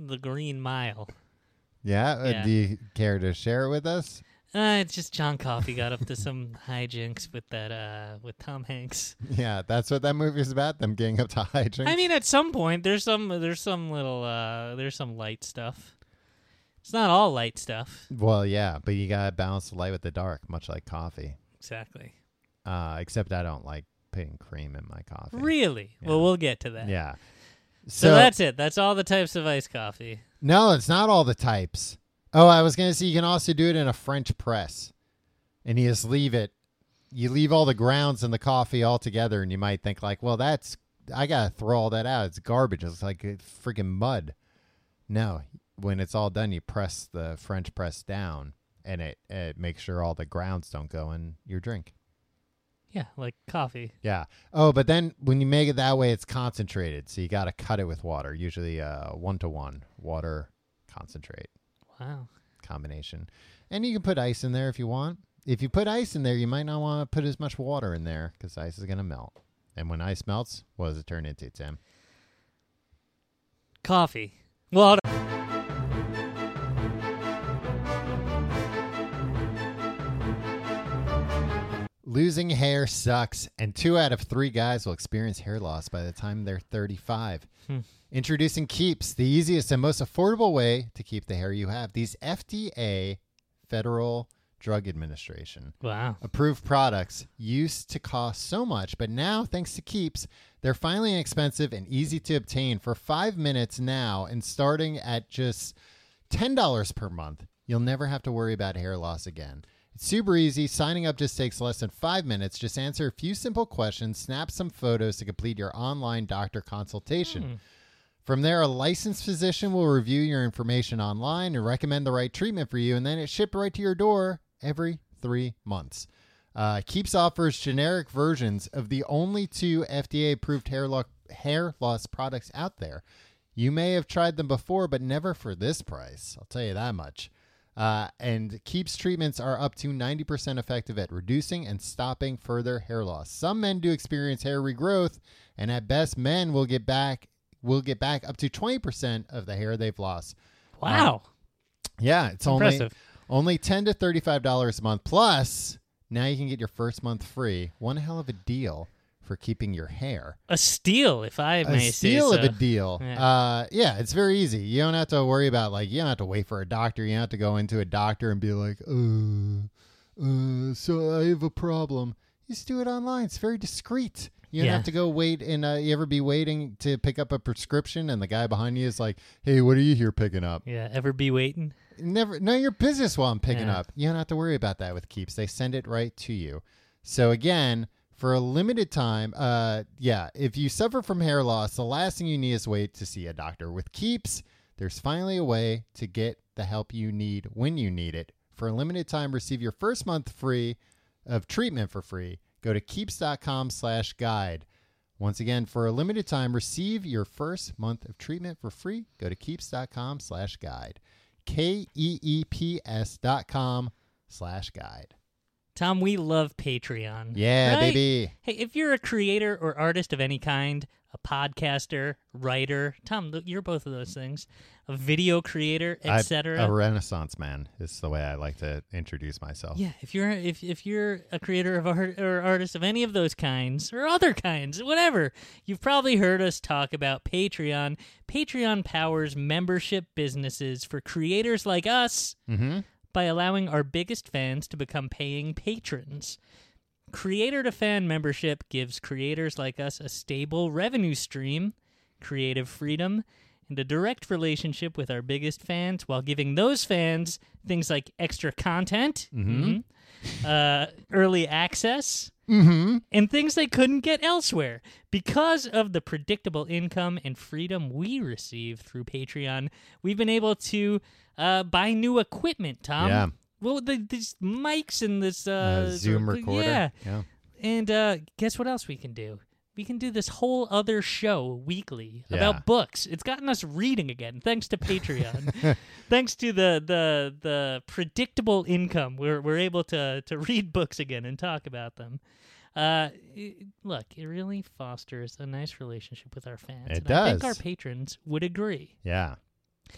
C: The Green Mile.
B: yeah, uh,
C: Yeah.
B: do you care to share it with us?
C: Uh, it's just John Coffey got up to some hijinks with that uh, with Tom Hanks.
B: Yeah, that's what that movie is about. Them getting up to high drinks.
C: I mean, at some point, there's some there's some little uh, there's some light stuff. It's not all light stuff,
B: Well, yeah, but you gotta balance the light with the dark, much like coffee.
C: exactly.
B: Uh, except I don't like putting cream in my coffee.
C: Really?
B: Yeah.
C: Well, we'll get to that.
B: Yeah.
C: So,
B: So,
C: that's it. That's all the types of iced coffee.
B: no, it's not all the types. Oh, I was gonna say you can also do it in a French press, and you just leave it. You leave all the grounds and the coffee all together, and you might think like, well, that's I gotta throw all that out. It's garbage. It's like it's freaking mud. No, when it's all done, you press the French press down, and it it makes sure all the grounds don't go in your drink.
C: Yeah, like coffee.
B: Yeah. Oh, but then when you make it that way, it's concentrated. So you got to cut it with water, usually uh, one to one water concentrate
C: Wow.
B: combination. And you can put ice in there if you want. If you put ice in there, you might not want to put as much water in there because ice is going to melt. And when ice melts, what does it turn into, Tim?
C: Coffee. Well, hold on.
B: Losing hair sucks, and two out of three guys will experience hair loss by the time they're 35.
C: Hmm.
B: Introducing Keeps, the easiest and most affordable way to keep the hair you have. These FDA, Federal Drug Administration,
C: wow.
B: approved products used to cost so much, but now, thanks to Keeps, they're finally inexpensive and easy to obtain for five minutes now and starting at just $10 per month. You'll never have to worry about hair loss again. It's super easy. Signing up just takes less than five minutes. Just answer a few simple questions, snap some photos to complete your online doctor consultation. From there, a licensed physician will review your information online and recommend the right treatment for you, and then it's shipped right to your door every three months. Uh, Keeps offers generic versions of the only two FDA approved hair, lo- hair loss products out there. You may have tried them before, but never for this price. I'll tell you that much. Uh, and Keeps treatments are up to 90% effective at reducing and stopping further hair loss. Some men do experience hair regrowth, and at best, men will get back will get back up to 20% of the hair they've lost.
C: Wow.
B: Yeah, it's
C: Impressive.
B: only only 10 to $35 a month plus. Now you can get your first month free. One hell of a deal for keeping your hair.
C: A steal, if I
B: a
C: may
B: steal
C: say
B: of
C: so.
B: a deal.
C: Yeah.
B: Uh, yeah, it's very easy. You don't have to worry about like you don't have to wait for a doctor. You don't have to go into a doctor and be like, uh, uh, so I have a problem. You just do it online. It's very discreet. You don't
C: Yeah.
B: have to go wait and uh, you ever be waiting to pick up a prescription and the guy behind you is like, hey, what are you here picking up?
C: Yeah, ever be waiting?
B: Never know your business while I'm picking
C: Yeah.
B: up. You don't have to worry about that with keeps. They send it right to you. So again, for a limited time, uh yeah, if you suffer from hair loss, the last thing you need is wait to see a doctor. With keeps, there's finally a way to get the help you need when you need it. For a limited time, receive your first month free of treatment for free. Go to keeps.com slash guide. Once again, for a limited time, receive your first month of treatment for free. Go to keeps.com slash guide. K E E P S dot com slash guide.
C: Tom, we love Patreon.
B: Yeah,
C: Right?
B: baby.
C: Hey, if you're a creator or artist of any kind, a podcaster, writer, Tom, th- you're both of those things, a video creator,
B: I- A
C: etc.
B: renaissance man is the way I like to introduce myself.
C: Yeah, if you're if if you're a creator of art or artist of any of those kinds or other kinds, whatever, you've probably heard us talk about Patreon. Patreon powers membership businesses for creators like us
B: Mm-hmm.
C: by allowing our biggest fans to become paying patrons. Creator to fan membership gives creators like us a stable revenue stream, creative freedom, and a direct relationship with our biggest fans while giving those fans things like extra content,
B: Mhm.
C: mhm, uh, early access,
B: Mm-hmm.
C: and things they couldn't get elsewhere. Because of the predictable income and freedom we receive through Patreon, we've been able to uh, buy new equipment, Tom.
B: Yeah.
C: Well, the, these mics and this uh,
B: Zoom
C: the-
B: recorder.
C: Yeah.
B: yeah.
C: And uh, guess what else we can do? We can do this whole other show weekly
B: Yeah.
C: about books. It's gotten us reading again, thanks to Patreon. thanks to the, the the predictable income, we're we're able to to read books again and talk about them. Uh, it- look, it really fosters a nice relationship with our
B: It
C: fans. and I think
B: does.
C: our patrons would agree.
B: Yeah.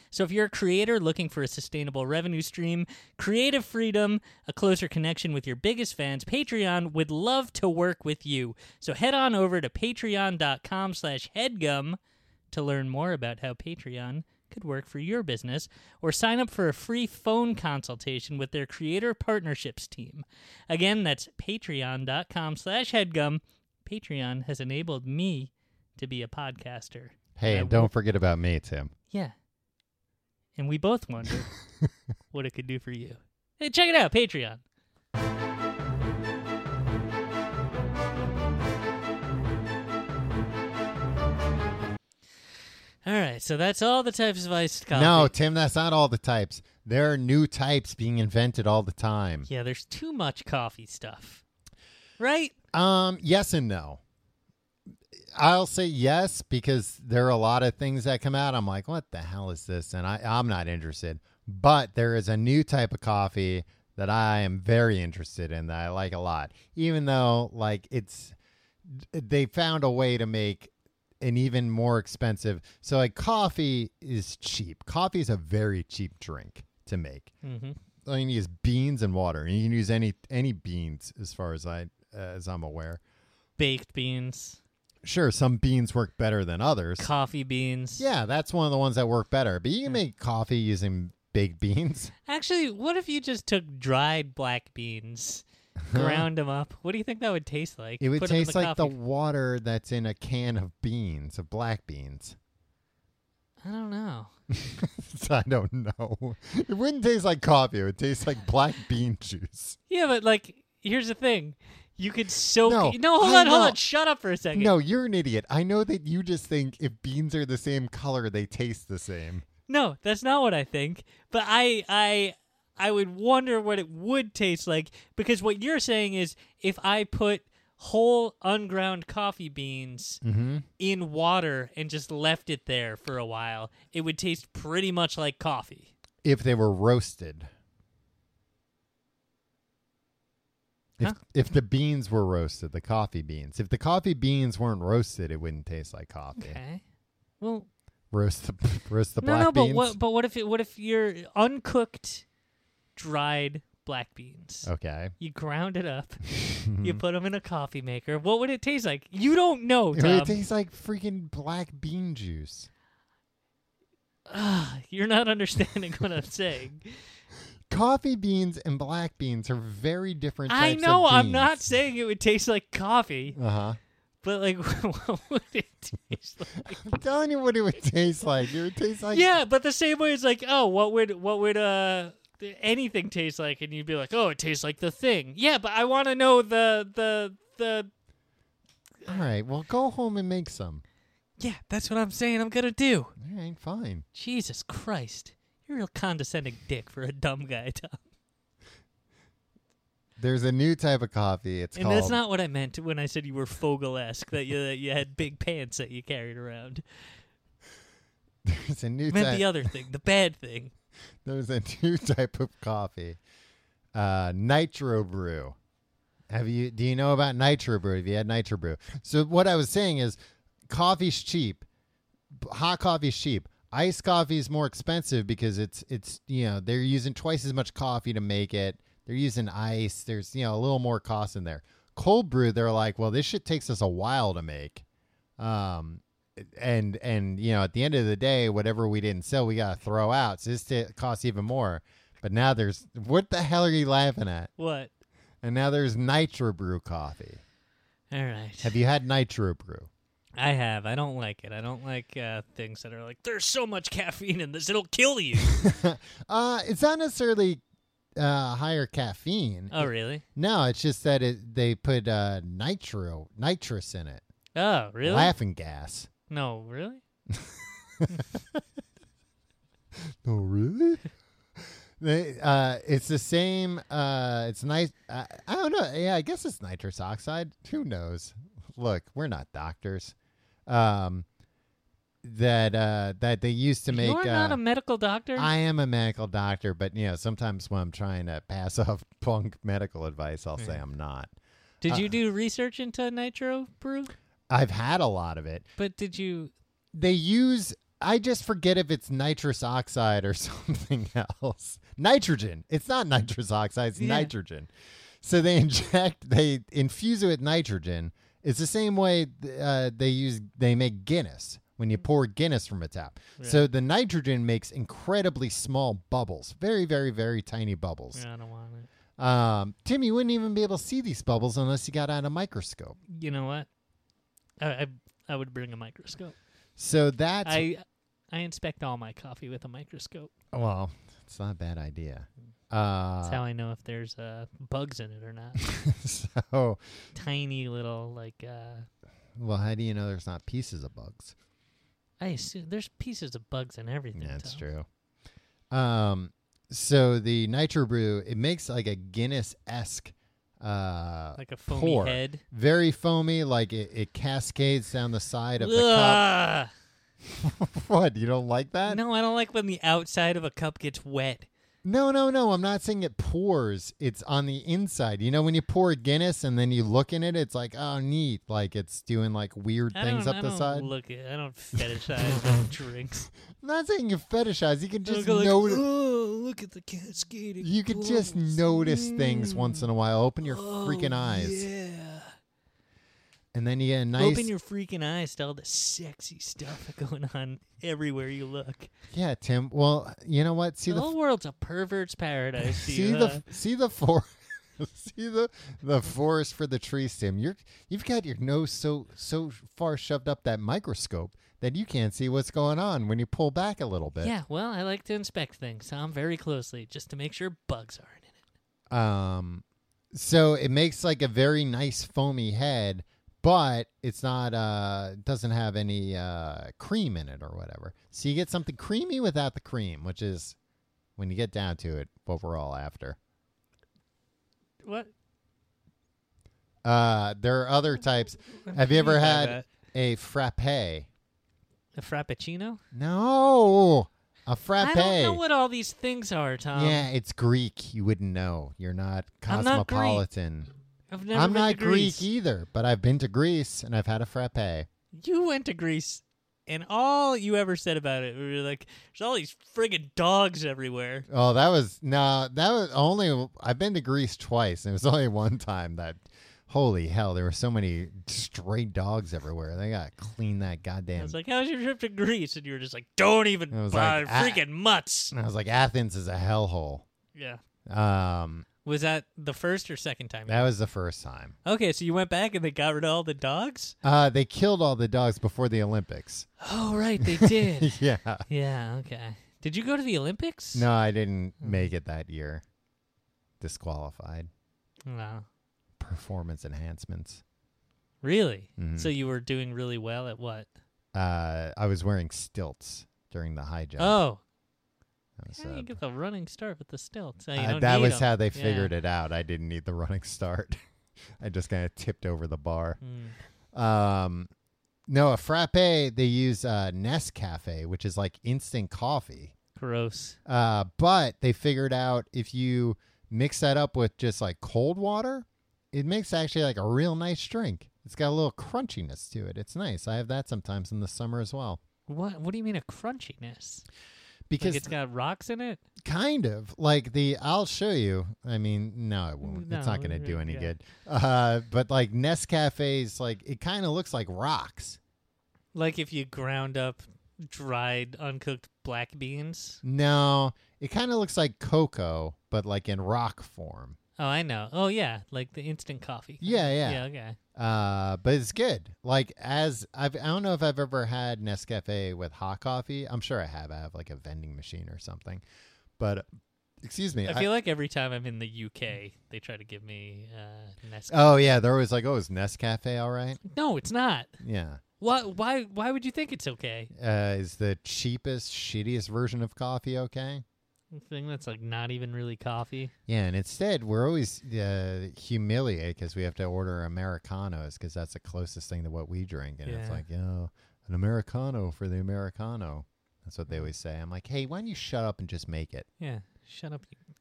C: So if you're a creator looking for a sustainable revenue stream, creative freedom, a closer connection with your biggest fans, Patreon would love to work with you. So head on over to patreon.com slash headgum to learn more about how Patreon could work for your business or sign up for a free phone consultation with their creator partnerships team. Again, that's patreon.com slash headgum. Patreon has enabled me to be a podcaster.
B: Hey,
C: I
B: and
C: will-
B: don't forget about me, Tim.
C: yeah. And we both wonder what it could do for you. Hey, check it out, Patreon. All right, so that's all the types of iced coffee.
B: No, Tim, that's not all the types. There are new types being invented all the time.
C: Yeah, there's too much coffee stuff. Right?
B: Um, yes and no. I'll say yes because there are a lot of things that come out. I'm like, what the hell is this? And I, I'm not interested. But there is a new type of coffee that I am very interested in that I like a lot. Even though, like, it's they found a way to make an even more expensive. So, like, coffee is cheap. Coffee is a very cheap drink to make
C: Mm-hmm.
B: all you need is beans and water, and you can use any any beans as far as I as I'm aware.
C: Baked beans,
B: Sure, some beans work better than others.
C: coffee beans.
B: yeah, that's one of the ones that work better. But you can make coffee using baked beans.
C: Actually, what if you just took dried black beans, ground them up? What do you think that would taste like?
B: It would
C: Put 'em in
B: taste like the
C: coffee
B: water that's in a can of beans, of black beans.
C: I don't know.
B: I don't know. It wouldn't taste like coffee. It would taste like black bean juice.
C: Yeah, but like, here's the thing: you could soak.
B: No,
C: No, hold
B: I
C: on, hold
B: know.
C: on. Shut up for a second.
B: No, you're an idiot. I know that you just think if beans are the same color, they taste the same.
C: no, that's not what I think. But I, I, I would wonder what it would taste like because what you're saying is if I put whole unground coffee beans
B: Mm-hmm.
C: in water and just left it there for a while, it would taste pretty much like coffee.
B: if they were roasted. If,
C: Huh?
B: if the beans were roasted, the coffee beans. If the coffee beans weren't roasted, it wouldn't taste like coffee.
C: Okay. Well,
B: Roast the roast the
C: no,
B: black
C: no,
B: beans.
C: but what, but what if it, what if you're uncooked, dried black beans?
B: okay,
C: You ground it up.
B: Mm-hmm.
C: you put them in a coffee maker. What would it taste like? You don't know,
B: it would
C: Tom.
B: taste like freaking black bean juice.
C: Ugh, you're not understanding what I'm saying.
B: Coffee beans and black beans are very different.
C: I
B: types
C: know
B: of
C: I'm not saying it would taste like coffee,
B: Uh huh.
C: but like, what would it taste like?
B: I'm telling you what it would taste like. It would taste like
C: yeah, but the same way it's like, oh, what would what would uh anything taste like? And you'd be like, oh, it tastes like the thing. Yeah, but I want to know the the the.
B: All right. Well, go home and make some.
C: Yeah, that's what I'm saying. I'm gonna do.
B: All right. Fine.
C: Jesus Christ, you're a real condescending dick for a dumb guy, Tom.
B: There's a new type of coffee. It's
C: And
B: called.
C: that's not what I meant when I said you were Fogel-esque, that you that you had big pants that you carried around.
B: There's a new
C: I meant
B: type.
C: the other thing, the bad thing.
B: There's a new type of coffee, uh, nitro brew. Have you? Do you know about nitro brew? Have you had nitro brew? So what I was saying is, coffee's cheap, b- hot coffee's cheap. Iced coffee is more expensive because it's it's you know they're using twice as much coffee to make it. They're using ice. There's you know a little more cost in there. Cold brew, they're like, well, this shit takes us a while to make. Um, and and you know at the end of the day whatever we didn't sell we gotta throw out so this t- costs even more but now there's what the hell are you laughing at
C: What?
B: And now there's Nitro Brew coffee.
C: All right.
B: Have you had Nitro Brew?
C: I have. I don't like it. I don't like uh, things that are like there's so much caffeine in this it'll kill you.
B: uh, it's not necessarily uh, higher caffeine.
C: oh really?
B: No, it's just that it, they put uh, nitro, nitrous in it,
C: Oh really?
B: laughing gas.
C: No really?
B: Oh, really? they, uh, it's the same. Uh, it's nice. I, I don't know. Yeah, I guess it's nitrous oxide. Who knows? Look, we're not doctors. Um, that uh, that they used to make.
C: You're
B: uh,
C: not a medical doctor.
B: I am a medical doctor, but you know, sometimes when I'm trying to pass off punk medical advice, I'll
C: Hmm.
B: say I'm not.
C: did
B: uh,
C: you do research into nitro brew?
B: I've had a lot of it.
C: But did you?
B: They use I just forget if it's nitrous oxide or something else. Nitrogen. It's not nitrous oxide, it's
C: Yeah.
B: nitrogen. So they inject they infuse it with nitrogen. It's the same way uh, they use they make Guinness when you pour Guinness from a tap. So the nitrogen makes incredibly small bubbles, very very very tiny bubbles.
C: Yeah, I don't want it.
B: Um, Tim, you wouldn't even be able to see these bubbles unless you got out a microscope.
C: You know what? I I, I would bring a microscope.
B: So that's
C: I I inspect all my coffee with a microscope.
B: well, it's not a bad idea. Uh,
C: That's how I know if there's uh, bugs in it or not.
B: so,
C: Tiny little like uh,
B: well, how do you know there's not pieces of bugs?
C: I assume there's pieces of bugs in everything.
B: That's
C: Tom.
B: true. Um, so the nitro brew it makes like a Guinness esque, uh,
C: Like a foamy
B: pour.
C: head.
B: very foamy, like it, it cascades down the side of the
C: Ugh.
B: cup. what you don't like that?
C: No, I don't like when the outside of a cup gets wet.
B: No, no, no. I'm not saying it pours. It's on the inside. You know, when you pour Guinness and then you look in it, it's like, oh, neat. Like it's doing like weird
C: I
B: things
C: don't,
B: up
C: I
B: the
C: don't
B: side.
C: Look, at- I don't fetishize drinks.
B: I'm not saying you fetishize. You can
C: I don't
B: just
C: go like,
B: notice.
C: "Oh, look at the cascading.
B: you can just
C: bubbles.
B: notice things
C: Mm.
B: once in a while. Open your
C: Oh,
B: freaking eyes,
C: Yeah.
B: and then you get a nice.
C: Open your freaking eyes to all the sexy stuff going on everywhere you look.
B: yeah, Tim. Well, you know what? See
C: the
B: the
C: whole world's a pervert's paradise. to
B: see
C: you,
B: the
C: huh?
B: f- see the forest see the the forest for the trees tim you're you've got your nose so so far shoved up that microscope that you can't see what's going on when you pull back a little bit
C: Yeah, well, I like to inspect things, Tom, very closely, just to make sure bugs aren't in it.
B: um so it makes like a very nice foamy head but it's not uh doesn't have any uh cream in it or whatever so you get something creamy without the cream which is when you get down to it what we're all after
C: What?
B: uh there are other types have you ever had a frappe
C: a frappuccino?
B: No, a frappe.
C: I don't know what all these things are, Tom.
B: yeah, it's Greek. You wouldn't know. You're not
C: I'm not Greek.
B: cosmopolitan.
C: I've never
B: I'm
C: been
B: not
C: to Greece.
B: Greek either, but I've been to Greece and I've had a frappe.
C: You went to Greece, and all you ever said about it were like, "There's all these friggin' dogs everywhere."
B: Oh, that was no, that was only. I've been to Greece twice, and it was only one time that. Holy hell! There were so many stray dogs everywhere. They got to clean that
C: I
B: goddamn.
C: was like, "How's your trip to Greece?" And you were just like, "Don't even
B: I was
C: buy
B: like, ah.
C: freaking mutts."
B: and I was like, Athens is a hellhole.
C: Yeah.
B: Um,
C: Was that the first or second time?
B: that was the first time.
C: Okay, so you went back and they got rid of all the dogs.
B: Uh, they killed all the dogs before the Olympics.
C: Oh right, they did.
B: yeah.
C: yeah. Okay. Did you go to the Olympics?
B: No, I didn't
C: Hmm.
B: make it that year. Disqualified.
C: No.
B: Performance enhancements.
C: Really?
B: Mhm.
C: So you were doing really well at what?
B: Uh, I was wearing stilts during the high jump.
C: Oh,
B: That was,
C: how do
B: uh,
C: you get the running start with the stilts?
B: uh, that was how they figured it out. I didn't need the running start. I just kind of tipped over the bar.
C: Mm,
B: Um, no, a frappe, they use uh, Nescafe, which is like instant coffee.
C: Gross.
B: Uh, but they figured out if you mix that up with just like cold water, it makes actually like a real nice drink. It's got a little crunchiness to it. It's nice. I have that sometimes in the summer as well.
C: What? What do you mean a crunchiness?
B: Because
C: Like it's got rocks in it.
B: kind of like the I'll show you. I mean, no, it won't. it's not
C: No,
B: going to do any
C: yeah.
B: good. Uh, but like Nescafe's, like it kind of looks like rocks.
C: Like if you ground up dried uncooked black beans.
B: No, it kind of looks like cocoa, but like in rock form.
C: Oh, I know. Oh, yeah, like the instant coffee. kind.
B: Yeah, yeah.
C: Yeah, okay.
B: Uh, but it's good. Like as I've, I don't know if I've ever had Nescafe with hot coffee. I'm sure I have. I have like a vending machine or something. But excuse me.
C: I feel like every time I'm in the UK, they try to give me uh, Nescafe.
B: oh yeah, they're always like, oh, is Nescafe all right?
C: no, it's not.
B: Yeah.
C: Why? Why? Why would you think it's okay?
B: Uh, is the cheapest, shittiest version of coffee okay?
C: A thing that's like not even really coffee.
B: Yeah, and instead we're always uh, humiliated because we have to order Americanos because that's the closest thing to what we drink, and it's
C: Yeah.
B: like, you know, an Americano for the Americano. That's what they always say. I'm like, hey, why don't you shut up and just make it,
C: Yeah. Shut up, you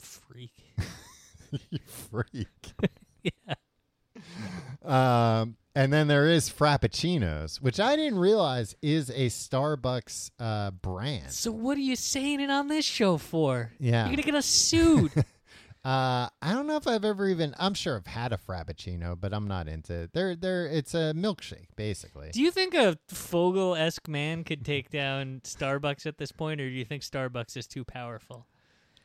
C: freak.
B: you freak?
C: yeah.
B: Um, and then there is Frappuccinos, which I didn't realize is a Starbucks uh, brand.
C: So what are you saying it on this show for?
B: Yeah,
C: You're gonna get us sued.
B: Uh, I don't know if I've ever even. I'm sure I've had a frappuccino, but I'm not into. it. They're they're. It's a milkshake basically.
C: do you think a Fogel esque man could take down Starbucks at this point, or do you think Starbucks is too powerful?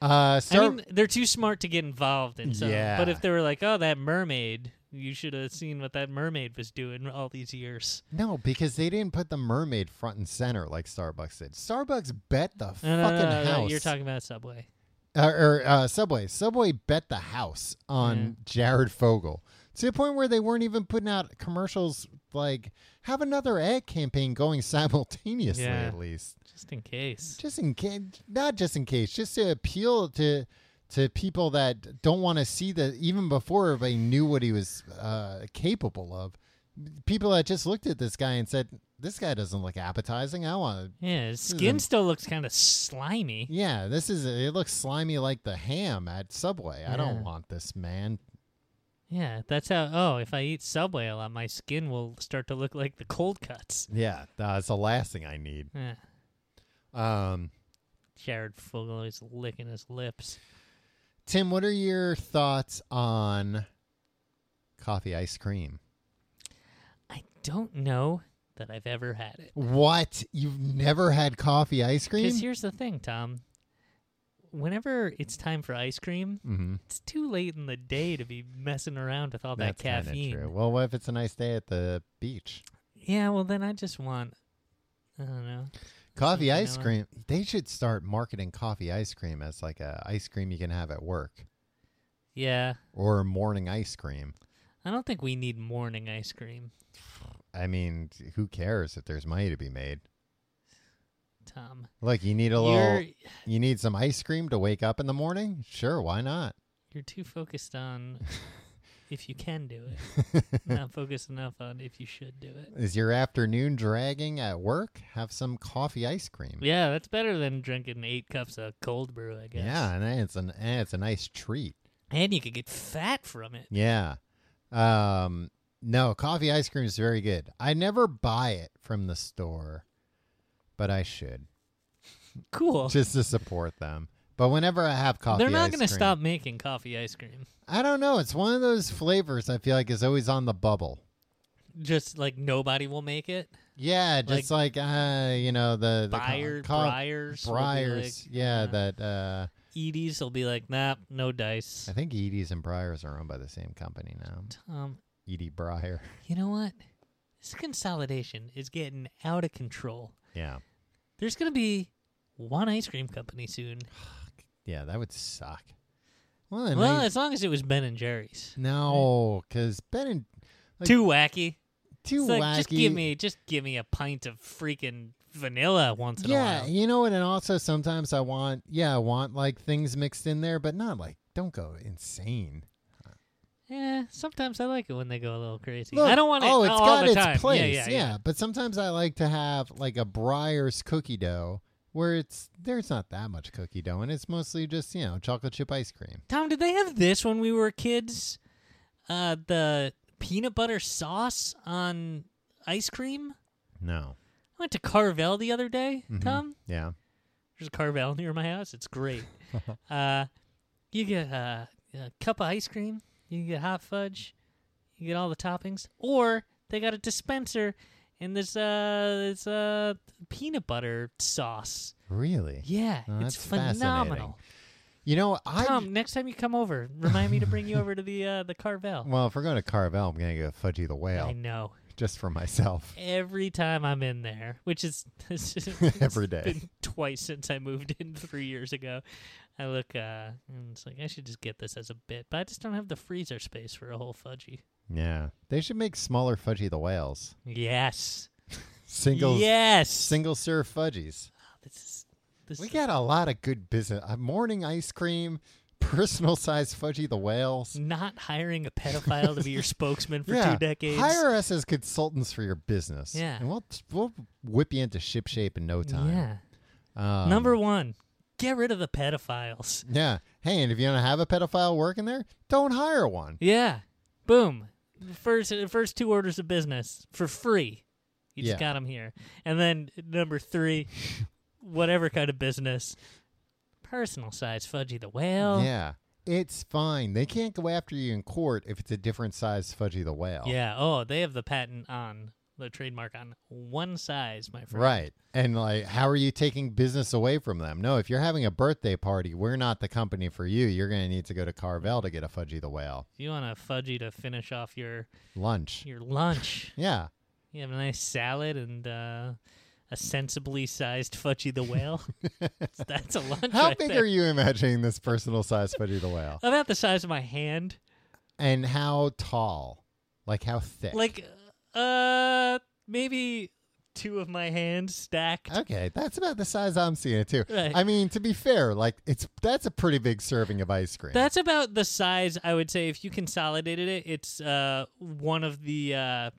B: Uh, Star-
C: I mean, they're too smart to get involved in something.
B: Yeah.
C: But if they were like, "Oh, that mermaid," you should have seen what that mermaid was doing all these years.
B: no, because they didn't put the mermaid front and center like Starbucks did. Starbucks bet the
C: No, no,
B: fucking
C: no, no, no,
B: house.
C: You're talking about Subway.
B: uh, or uh, Subway. Subway bet the house on
C: Yeah.
B: Jared Fogle to the point where they weren't even putting out commercials. Like have another ad campaign going simultaneously
C: Yeah.
B: at least.
C: Just in case.
B: just in case not just in case just to appeal to to people that don't want to see that even before everybody knew what he was uh, capable of people that just looked at this guy and said this guy doesn't look appetizing i want to
C: Yeah, his
B: is
C: skin
B: a-
C: still looks kind of slimy.
B: yeah this is it looks slimy like the ham at subway i
C: Yeah.
B: don't want this man
C: Yeah, that's how. Oh, if I eat Subway a lot, my skin will start to look like the cold cuts.
B: yeah that's the last thing i need
C: Yeah.
B: um
C: Jared Fogle is licking his lips.
B: tim what are your thoughts on coffee ice cream
C: I don't know that I've ever had it.
B: what you've never had coffee ice cream
C: Because here's the thing, Tom. Whenever it's time for ice cream,
B: mm-hmm.
C: it's too late in the day to be messing around with all that
B: kinda
C: caffeine.
B: True. Well, what if it's a nice day at the beach?
C: Yeah, well then I just want I don't know.
B: Coffee
C: Something
B: ice
C: vanilla.
B: cream. They should start marketing coffee ice cream as like a ice cream you can have at work
C: Yeah.
B: or morning ice cream.
C: I don't think we need morning ice cream,
B: I mean, who cares if there's money to be made?
C: Tom.
B: Look, you need a
C: You're
B: little. You need some ice cream to wake up in the morning. Sure, why not?
C: you're too focused on if you can do it. Not focused enough on if you should do it.
B: Is your afternoon dragging at work? Have some coffee ice cream.
C: Yeah, that's better than drinking eight cups of cold brew, I guess.
B: Yeah, and it's an and it's a nice treat.
C: And you could get fat from it.
B: Yeah. Um no, coffee ice cream is very good. I never buy it from the store, but I should
C: Cool.
B: just to support them. But whenever I have coffee,
C: They're not
B: ice
C: gonna
B: cream-
C: stop making coffee ice cream.
B: I don't know. It's one of those flavors I feel like is always on the bubble.
C: Just like nobody will make it.
B: Yeah, just like, uh, you know the the co-
C: Briar,
B: co-
C: Briars, will be
B: Briars.
C: like,
B: yeah,
C: uh,
B: that uh,
C: Edie's will be like, nah, no dice.
B: I think Edie's and Briars are owned by the same company now.
C: Tom,
B: Edie Briar.
C: Um, you know what? This consolidation is getting out of control.
B: Yeah,
C: There's gonna be one ice cream company soon.
B: yeah, that would suck. Well, it
C: well,
B: might-
C: as long as it was Ben and Jerry's.
B: No, because Ben and Like-
C: Too wacky.
B: too
C: It's like,
B: wacky.
C: Just give me, just give me a pint of freaking vanilla once in a
B: yeah,
C: while.
B: you know what? And also sometimes I want, yeah, I want like things mixed in there, but not like don't go insane.
C: Yeah, sometimes I like it when they go a little crazy.
B: Look,
C: I don't want it
B: Oh, it's
C: all
B: got
C: the
B: its
C: time.
B: place.
C: Yeah, yeah, yeah.
B: but sometimes I like to have like a Briar's cookie dough where it's there's not that much cookie dough, and it's mostly just you know chocolate chip ice cream.
C: Tom, did they have this when we were kids? Uh, the peanut butter sauce on ice cream.
B: No,
C: I went to Carvel the other day,
B: Mhm.
C: Tom.
B: yeah,
C: There's a Carvel near my house. It's great. uh, you get uh, a cup of ice cream. You get hot fudge. You get all the toppings. Or they got a dispenser and this uh, this uh, peanut butter sauce.
B: really.
C: Yeah,
B: Oh, that's
C: it's
B: fascinating.
C: phenomenal.
B: You know, I
C: Tom, next time you come over, remind me to bring you over to the uh, the Carvel.
B: well, if we're going to Carvel, I'm going to go Fudgy the
C: I
B: Whale
C: know.
B: just for myself.
C: Every time I'm in there, which is it's
B: Every day.
C: been twice since I moved in three years ago, I look uh, and it's like I should just get this as a bit, but I just don't have the freezer space for a whole fudgy.
B: Yeah, they should make smaller Fudgy the Whales,
C: Yes,
B: single
C: yes, Oh,
B: single serve fudgies.
C: This is this
B: We
C: is-
B: got a lot of good business. Uh, morning ice cream, personal size Fudgy the Whales.
C: not hiring a pedophile to be your spokesman Mm, for two decades.
B: Hire us as consultants for your business.
C: Yeah.
B: and we'll we'll whip you into ship shape in no time.
C: Yeah.
B: Um,
C: Number one, get rid of the pedophiles.
B: Yeah. Hey, and if you don't have a pedophile working there, don't hire one.
C: Yeah. Boom. First first two orders of business for free. You just
B: Yeah.
C: got 'em got them here. And then number three, whatever kind of business, personal size Fudgy the Whale.
B: Yeah. It's fine. They can't go after you in court if it's a different size Fudgy the Whale.
C: Yeah. Oh, they have the patent on the trademark on one size, my friend.
B: Right. And like how are you taking business away from them? No, if you're having a birthday party, we're not the company for you. You're going to need to go to Carvel to get a Fudgy the Whale
C: If you want a Fudgy to finish off your,
B: lunch.
C: your lunch,
B: Yeah.
C: You have a nice salad and uh, a sensibly sized Fudgy the Whale. That's a lunch.
B: How
C: right
B: big
C: there.
B: are you imagining this personal size Fudgy the Whale?
C: About the size of my hand.
B: And how tall? Like how thick?
C: Like, uh, maybe two of my hands stacked.
B: Okay, that's about the size I'm seeing it too.
C: Right.
B: I mean, to be fair, like it's that's a pretty big serving of ice cream.
C: That's about the size I would say if you consolidated it. It's uh one of the uh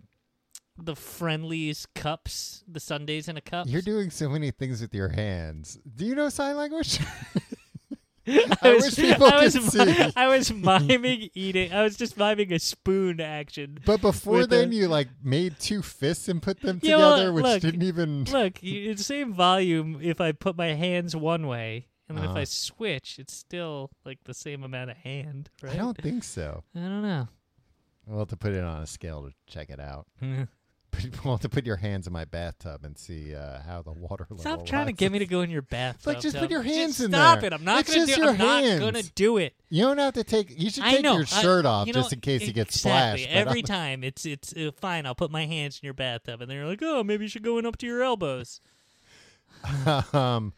C: the friendlies cups, the Sundays in a cup.
B: You're doing so many things with your hands. Do you know sign language?
C: I
B: I
C: was,
B: wish people
C: I was,
B: could
C: mi-
B: see.
C: I was miming eating. I was just miming a spoon action.
B: but before
C: With
B: then,
C: the-
B: you like made two fists and put them
C: Yeah,
B: together,
C: well,
B: which
C: look,
B: didn't even.
C: Look, you, it's the same volume if I put my hands one way, and then if
B: Uh-huh.
C: I switch, it's still like the same amount of hand, right?
B: I don't think so.
C: I don't know.
B: We'll have to put it on a scale to check it out.
C: Mm.
B: We'll have to put your hands in my bathtub and see uh, how the water level.
C: Stop trying to
B: rises.
C: get me to go in your bathtub.
B: Like, just put
C: Tom.
B: your hands in
C: stop
B: there.
C: it! I'm not
B: It's
C: gonna
B: just
C: do.
B: your
C: I'm not gonna
B: hands.
C: do it.
B: You don't have to take. You should
C: I
B: take
C: know
B: your
C: I-
B: shirt off
C: you know,
B: just in case you get
C: exactly.
B: splashed. but
C: Every
B: I'm-
C: time, it's it's uh, fine. I'll put my hands in your bathtub, and they're like, "Oh, maybe you should go in up to your elbows."
B: um,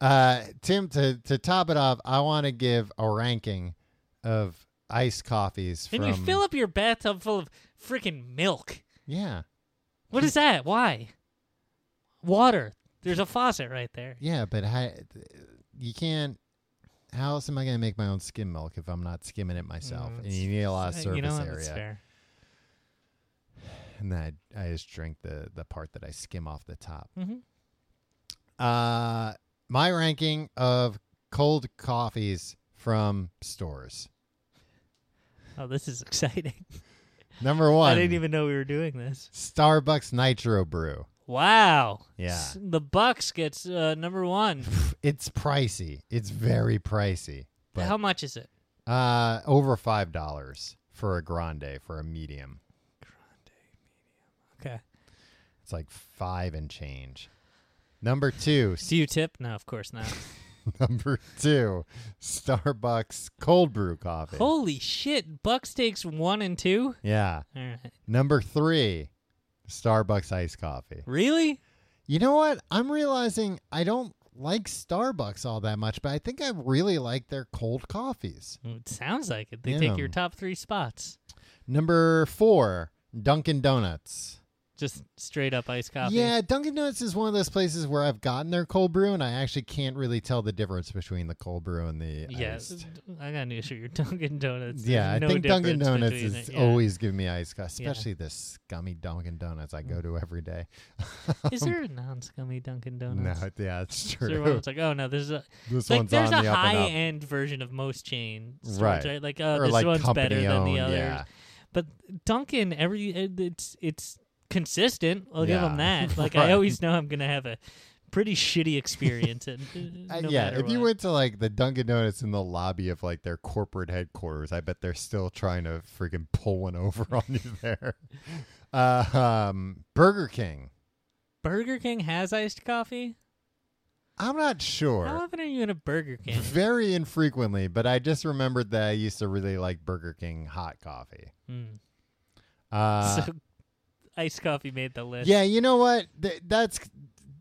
B: uh, Tim, to, to top it off, I want to give a ranking of iced coffees
C: And
B: from.
C: you fill up your bathtub full of freaking milk.
B: Yeah,
C: What is that? Why? Water. There's a faucet right there.
B: yeah, but I, you can't. How else am I going to make my own skim milk if I'm not skimming it myself?
C: Mm,
B: and you need a lot of
C: Uh,
B: surface
C: you know what? That's
B: area.
C: fair.
B: And then I, I just drink the the part that I skim off the top.
C: Mhm. Mm-hmm.
B: Uh, my ranking of cold coffees from stores.
C: Oh, this is exciting.
B: Number one,
C: I didn't even know we were doing this.
B: Starbucks Nitro Brew.
C: Wow.
B: Yeah.
C: S- the Bucks gets uh, number one.
B: It's pricey. It's very pricey. But
C: How much is it?
B: uh over five dollars for a grande for a medium.
C: Okay.
B: It's like five and change. Number two,
C: Do you tip? No, of course not.
B: number two, Starbucks cold brew coffee.
C: Holy shit. Bucks takes one and two?
B: yeah.
C: All right.
B: Number three, Starbucks iced coffee.
C: Really?
B: You know what? I'm realizing I don't like Starbucks all that much, but I think I really like their cold coffees.
C: It sounds like it. They take your
B: Yeah.
C: top three spots.
B: Number four, Dunkin' Donuts.
C: Just straight up iced coffee.
B: Yeah, Dunkin' Donuts is one of those places where I've gotten their cold brew, and I actually can't really tell the difference between the cold brew and the
C: Yes,
B: iced.
C: I got an issue. Your Dunkin' Donuts. There's
B: Yeah, I
C: no
B: think Dunkin'
C: difference
B: Donuts
C: between
B: is
C: it. Yeah.
B: always giving me iced coffee,
C: Yeah. Mm.
B: especially this scummy Dunkin' Donuts I go to every day.
C: Is there a non-scummy Dunkin'
B: No,
C: Donuts?
B: yeah, it's
C: Is there one
B: true.
C: that's like, oh no, there's a
B: This
C: like
B: one's
C: there's
B: on
C: a
B: the up and
C: high
B: up,
C: end version of most chains, stores,
B: Right.
C: right? Like, oh,
B: or
C: this
B: like
C: one's
B: company
C: better
B: owned.
C: than the other.
B: Yeah,
C: But Dunkin', every it- it's it's consistent. I'll give 'em give them
B: Yeah.
C: that. Like, I
B: Right.
C: always know I'm gonna have a pretty shitty experience. and
B: Uh,
C: uh, no
B: yeah.
C: matter
B: If you
C: what.
B: went to like the Dunkin' Donuts in the lobby of like their corporate headquarters, I bet they're still trying to freaking pull one over on you there. Uh, um, Burger King.
C: Burger King has iced coffee.
B: I'm not sure.
C: How often are you at a Burger King?
B: Very infrequently, but I just remembered that I used to really like Burger King hot coffee.
C: Mm.
B: Uh,
C: so, iced coffee made the list.
B: yeah, you know what? Th- that's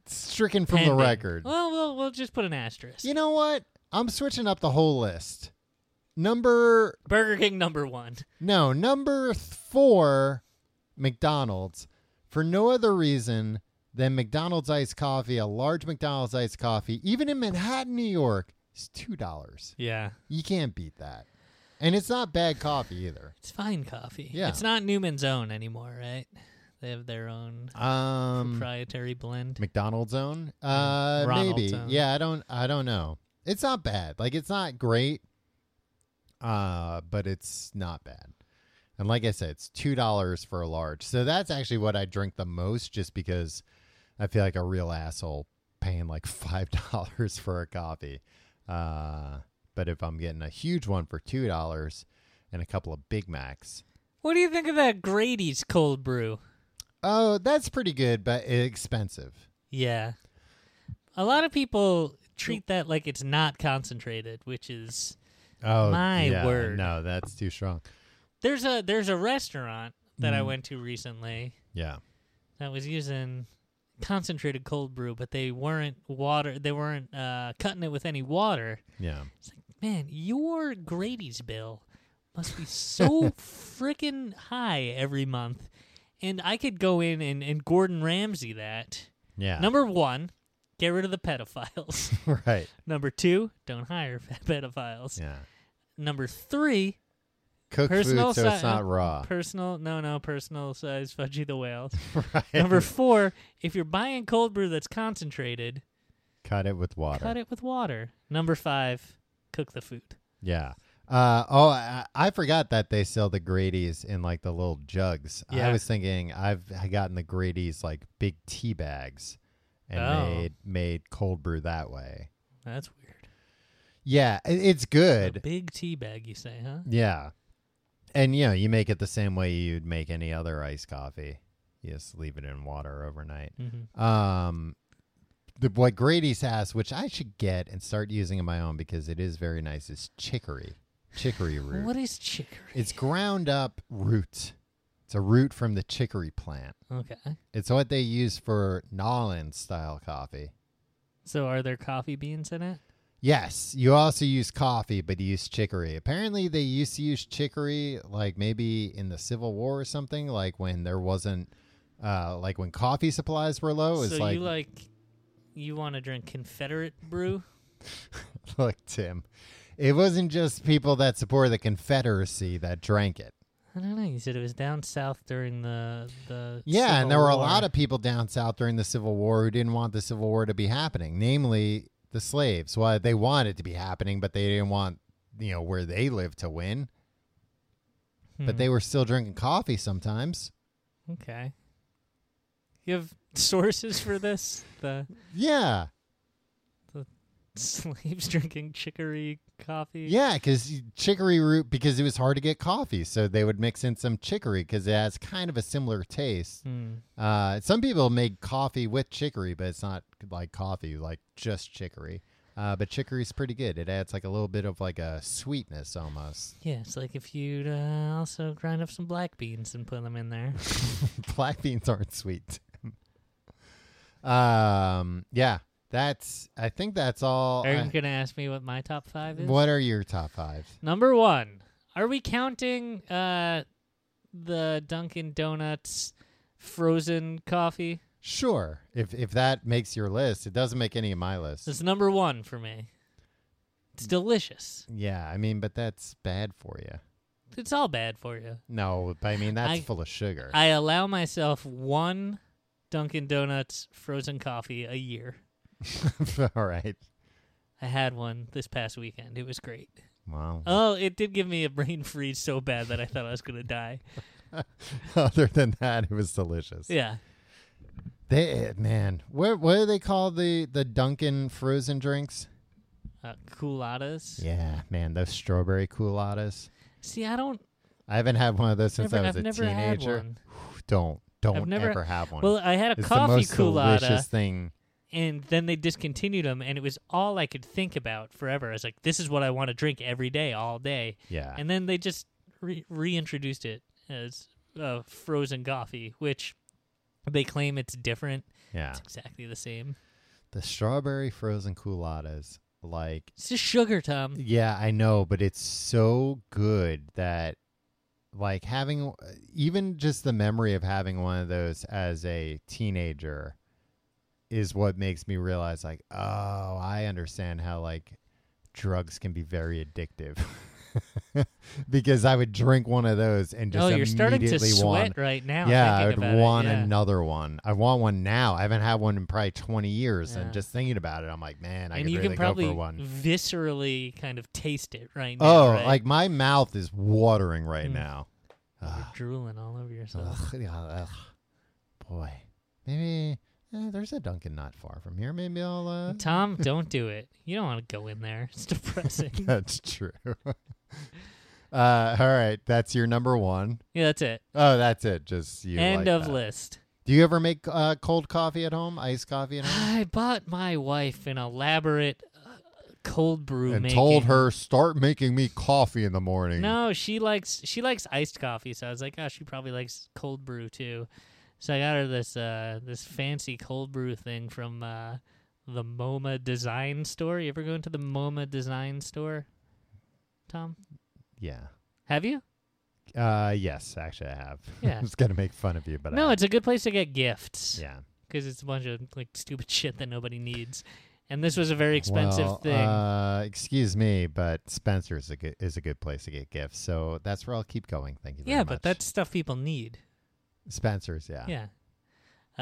B: stricken from the
C: Pending. Oh,
B: record.
C: Well, we'll we'll just put an asterisk.
B: You know what? I'm switching up the whole list. Number
C: Burger King number one.
B: no, number th- four, McDonald's, for no other reason than McDonald's iced coffee, a large McDonald's iced coffee, even in Manhattan, New York, is two dollars.
C: Yeah,
B: You can't beat that. And it's not bad coffee either.
C: it's fine coffee.
B: Yeah.
C: it's not Newman's Own anymore, right? They have their own
B: Um
C: proprietary blend.
B: McDonald's own? Uh
C: Mm, Ronald's
B: maybe.
C: own.
B: Yeah, I don't I don't know. It's not bad. Like it's not great. Uh but it's not bad. And like I said, it's $2 for a large. So that's actually what I drink the most just because I feel like a real asshole paying like $5 for a coffee. Uh but if I'm getting a huge one for $2 and a couple of Big Macs,
C: What do you think of that Grady's cold brew?
B: Oh, that's pretty good, but expensive.
C: Yeah, a lot of people treat that like it's not concentrated, which is
B: Oh,
C: My
B: yeah,
C: word.
B: No, that's too strong.
C: There's a there's a restaurant that I
B: Mhm.
C: went to recently
B: Yeah.
C: that was using concentrated cold brew, but they weren't water. They weren't uh, cutting it with any water.
B: Yeah.
C: It's like, man, your Grady's bill must be so freaking high every month, and I could go in and and Gordon Ramsay that.
B: Yeah.
C: Number one, get rid of the pedophiles.
B: right.
C: Number two, don't hire pedophiles.
B: Yeah.
C: Number three,
B: Cook
C: Personal uh,
B: food so it's
C: si-
B: not raw.
C: personal no no personal size fudgy the whales.
B: right.
C: Number four, if you're buying cold brew that's concentrated,
B: cut it with water.
C: cut it with water. Number five, cook the food.
B: Yeah. Uh, oh, I, I forgot that they sell the Grady's in like the little jugs. I
C: Yeah.
B: was thinking I've I gotten the Grady's like big tea bags and
C: Oh.
B: made made cold brew that way.
C: That's weird.
B: Yeah, it- it's
C: A
B: good.
C: big tea bag, you say, huh?
B: Yeah. And you know, you make it the same way you'd make any other iced coffee. You just leave it in water overnight.
C: Mm-hmm.
B: Um the what Grady's has, which I should get and start using in my own because it is very nice, is chicory. Chicory root.
C: What is chicory?
B: It's ground up root. It's a root from the chicory plant.
C: okay.
B: It's what they use for Nolan style coffee.
C: So are there coffee beans in it?
B: Yes, you also use coffee, but you use chicory. Apparently, they used to use chicory, like maybe in the Civil War or something, like when there wasn't, uh, like when coffee supplies were low. Oh, It's
C: so
B: like,
C: you like you want to drink Confederate brew?
B: look, Tim, it wasn't just people that supported the Confederacy that drank it.
C: I don't know. You said it was down south during the the
B: Yeah,
C: Civil
B: and there were a
C: War.
B: lot of people down south during the Civil War who didn't want the Civil War to be happening, namely the slaves. Well, they wanted it to be happening, but they didn't want, you know, where they lived to win. But
C: Hmm.
B: they were still drinking coffee sometimes.
C: Okay. You have sources for this? The
B: Yeah.
C: slaves drinking chicory coffee?
B: Yeah, because chicory root, because it was hard to get coffee. So they would mix in some chicory because it has kind of a similar taste.
C: Hmm.
B: Uh, some people make coffee with chicory, but it's not like coffee, like just chicory. Uh, but chicory's pretty good. It adds like a little bit of like a sweetness almost.
C: Yeah, it's like if you'd uh, also grind up some black beans and put them in there.
B: Black beans aren't sweet. um, yeah, that's, I think that's all.
C: Are you
B: Oh, I-
C: going to ask me what my top five is?
B: what are your top five?
C: Number one, are we counting uh, the Dunkin' Donuts frozen coffee?
B: Sure. If if that makes your list, it doesn't make any of my list.
C: It's number one for
B: Mm.
C: me. It's delicious.
B: Yeah, I mean, but that's bad for you.
C: It's all bad for you.
B: No, but I mean that's
C: I-
B: full of sugar.
C: I allow myself one Dunkin' Donuts frozen coffee a year.
B: All right.
C: I had one this past weekend. It was great.
B: Wow.
C: Oh, it did give me a brain freeze so bad that I thought I was going to die.
B: Other than that, it was delicious.
C: Yeah.
B: They man, what what do they call the the Dunkin' frozen drinks?
C: Uh, culottes.
B: Yeah, man, those strawberry culottes.
C: See, I don't.
B: I haven't had one of those since
C: never,
B: I was
C: I've
B: a
C: never
B: teenager.
C: had one.
B: Don't don't
C: never-
B: ever have one.
C: Well, I had a
B: it's the
C: coffee
B: most
C: culotta,
B: delicious thing.
C: and then they discontinued them, and it was all I could think about forever. I was like, this is what I want to drink every day, all day.
B: Yeah.
C: And then they just re- reintroduced it as uh, frozen coffee, which they claim it's different.
B: yeah.
C: It's exactly the same.
B: The strawberry frozen culottes, like
C: It's just sugar, Tom.
B: Yeah, I know, but it's so good that like having even just the memory of having one of those as a teenager is what makes me realize like, oh, I understand how like drugs can be very addictive. because I would drink one of those and just
C: oh, you're starting to
B: immediately
C: sweat
B: want
C: right now.
B: yeah, I would
C: thinking about it,
B: want
C: yeah.
B: another one. I want one now. I haven't had one in probably 20 years,
C: Yeah.
B: and just thinking about it, I'm like, man, I
C: and
B: could
C: you
B: really
C: can probably
B: go for one.
C: viscerally kind of taste it right now.
B: Oh,
C: right?
B: like my mouth is watering right
C: Mm.
B: now.
C: you're
B: Ugh,
C: drooling all over yourself.
B: ugh, yeah, ugh. Boy, maybe eh, there's a Dunkin' not far from here. Maybe I'll. Uh...
C: Tom, don't do it. You don't want to go in there. It's depressing.
B: That's true. uh, all right, that's your number one.
C: yeah, that's it.
B: Oh, that's it. Just you.
C: End
B: like
C: of
B: that.
C: list.
B: Do you ever make uh, cold coffee at home? Iced coffee at home?
C: I bought my wife an elaborate uh, cold brew
B: and
C: making-
B: told her start making me coffee in the morning.
C: No, she likes she likes iced coffee, so I was like, oh, she probably likes cold brew too. So I got her this uh this fancy cold brew thing from uh the MoMA design store. You ever go into the MoMA design store? Tom?
B: Yeah.
C: Have you?
B: Uh, yes, actually, I have.
C: Yeah.
B: I was gonna make fun of you, but
C: no,
B: I
C: it's a good place to get gifts.
B: yeah.
C: because it's a bunch of like stupid shit that nobody needs. And this was a very expensive
B: Well,
C: thing.
B: Uh, excuse me, but Spencer is a good is a good place to get gifts, so that's where I'll keep going. Thank you. Very
C: yeah,
B: much.
C: but that's stuff people need.
B: Spencer's. Yeah.
C: Yeah.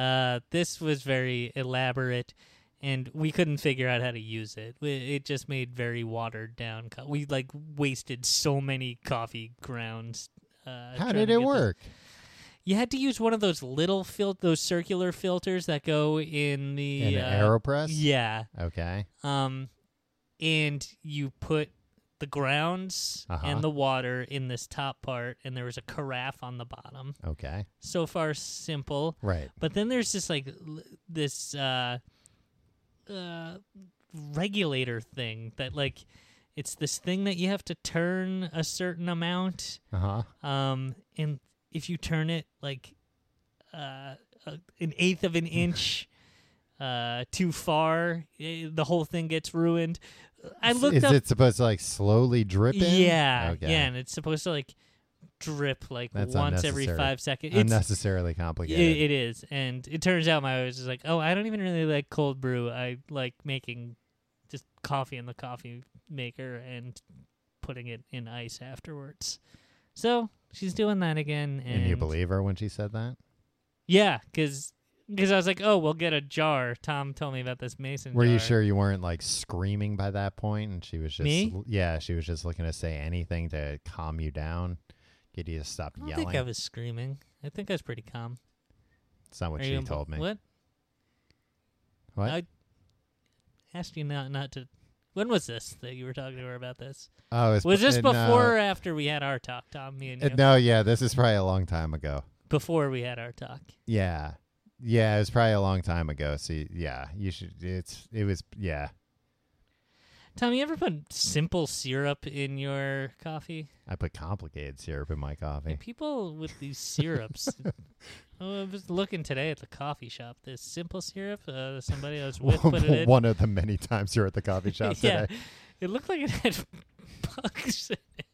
C: Uh, this was very elaborate, and we couldn't figure out how to use it. We, it just made very watered down. Co- we like wasted so many coffee grounds. Uh,
B: How did
C: trying to get
B: it
C: this-
B: work?
C: You had to use one of those little fil- those circular filters that go in the
B: In
C: uh,
B: an Aeropress.
C: Yeah.
B: Okay.
C: um, and you put the grounds
B: Uh-huh.
C: and the water in this top part, and there was a carafe on the bottom.
B: Okay.
C: So far, simple.
B: Right.
C: But then there's this like l- this uh, uh, regulator thing that like it's this thing that you have to turn a certain amount,
B: Uh huh.
C: um, and if you turn it like uh, a- an eighth of an inch uh, too far, eh, the whole thing gets ruined. I looked
B: Is
C: up.
B: it supposed to like slowly drip in?
C: yeah,
B: Okay.
C: yeah, and it's supposed to like drip like
B: That's
C: once every
B: unnecessary.
C: five seconds. It's,
B: Unnecessarily complicated.
C: it, it is, and it turns out my was just like, oh, I don't even really like cold brew. I like making just coffee in the coffee maker and putting it in ice afterwards. So she's doing that again, and,
B: and you believe her when she said that?
C: Yeah, because I was like, oh, we'll get a jar. Tom told me about this mason.
B: Were you
C: jar.
B: sure you weren't like screaming by that point and she was just
C: Me?
B: yeah, she was just looking to say anything to calm you down, get you to stop
C: I don't
B: yelling.
C: think I was screaming. I think I was pretty calm.
B: it's not what
C: Are
B: she
C: you-
B: told me.
C: What?
B: What?
C: I asked you not not to. When was this that you were talking to her about this?
B: Oh, it was,
C: Was
B: be-
C: this
B: uh, no.
C: before or after we had our talk, Tom? Me and
B: Uh,
C: you.
B: No, yeah, this is probably a long time ago.
C: Before we had our talk.
B: Yeah, yeah, it was probably a long time ago. So y- yeah, you should. It's it was yeah.
C: Tom, you ever put simple syrup in your coffee?
B: I put complicated syrup in my
C: Yeah,
B: coffee.
C: people with these syrups. oh, I was looking today at the coffee shop. This simple syrup. Uh, somebody I was with put it in.
B: One of the many times you're at the coffee shop
C: yeah,
B: today.
C: it looked like it had bugs. in it.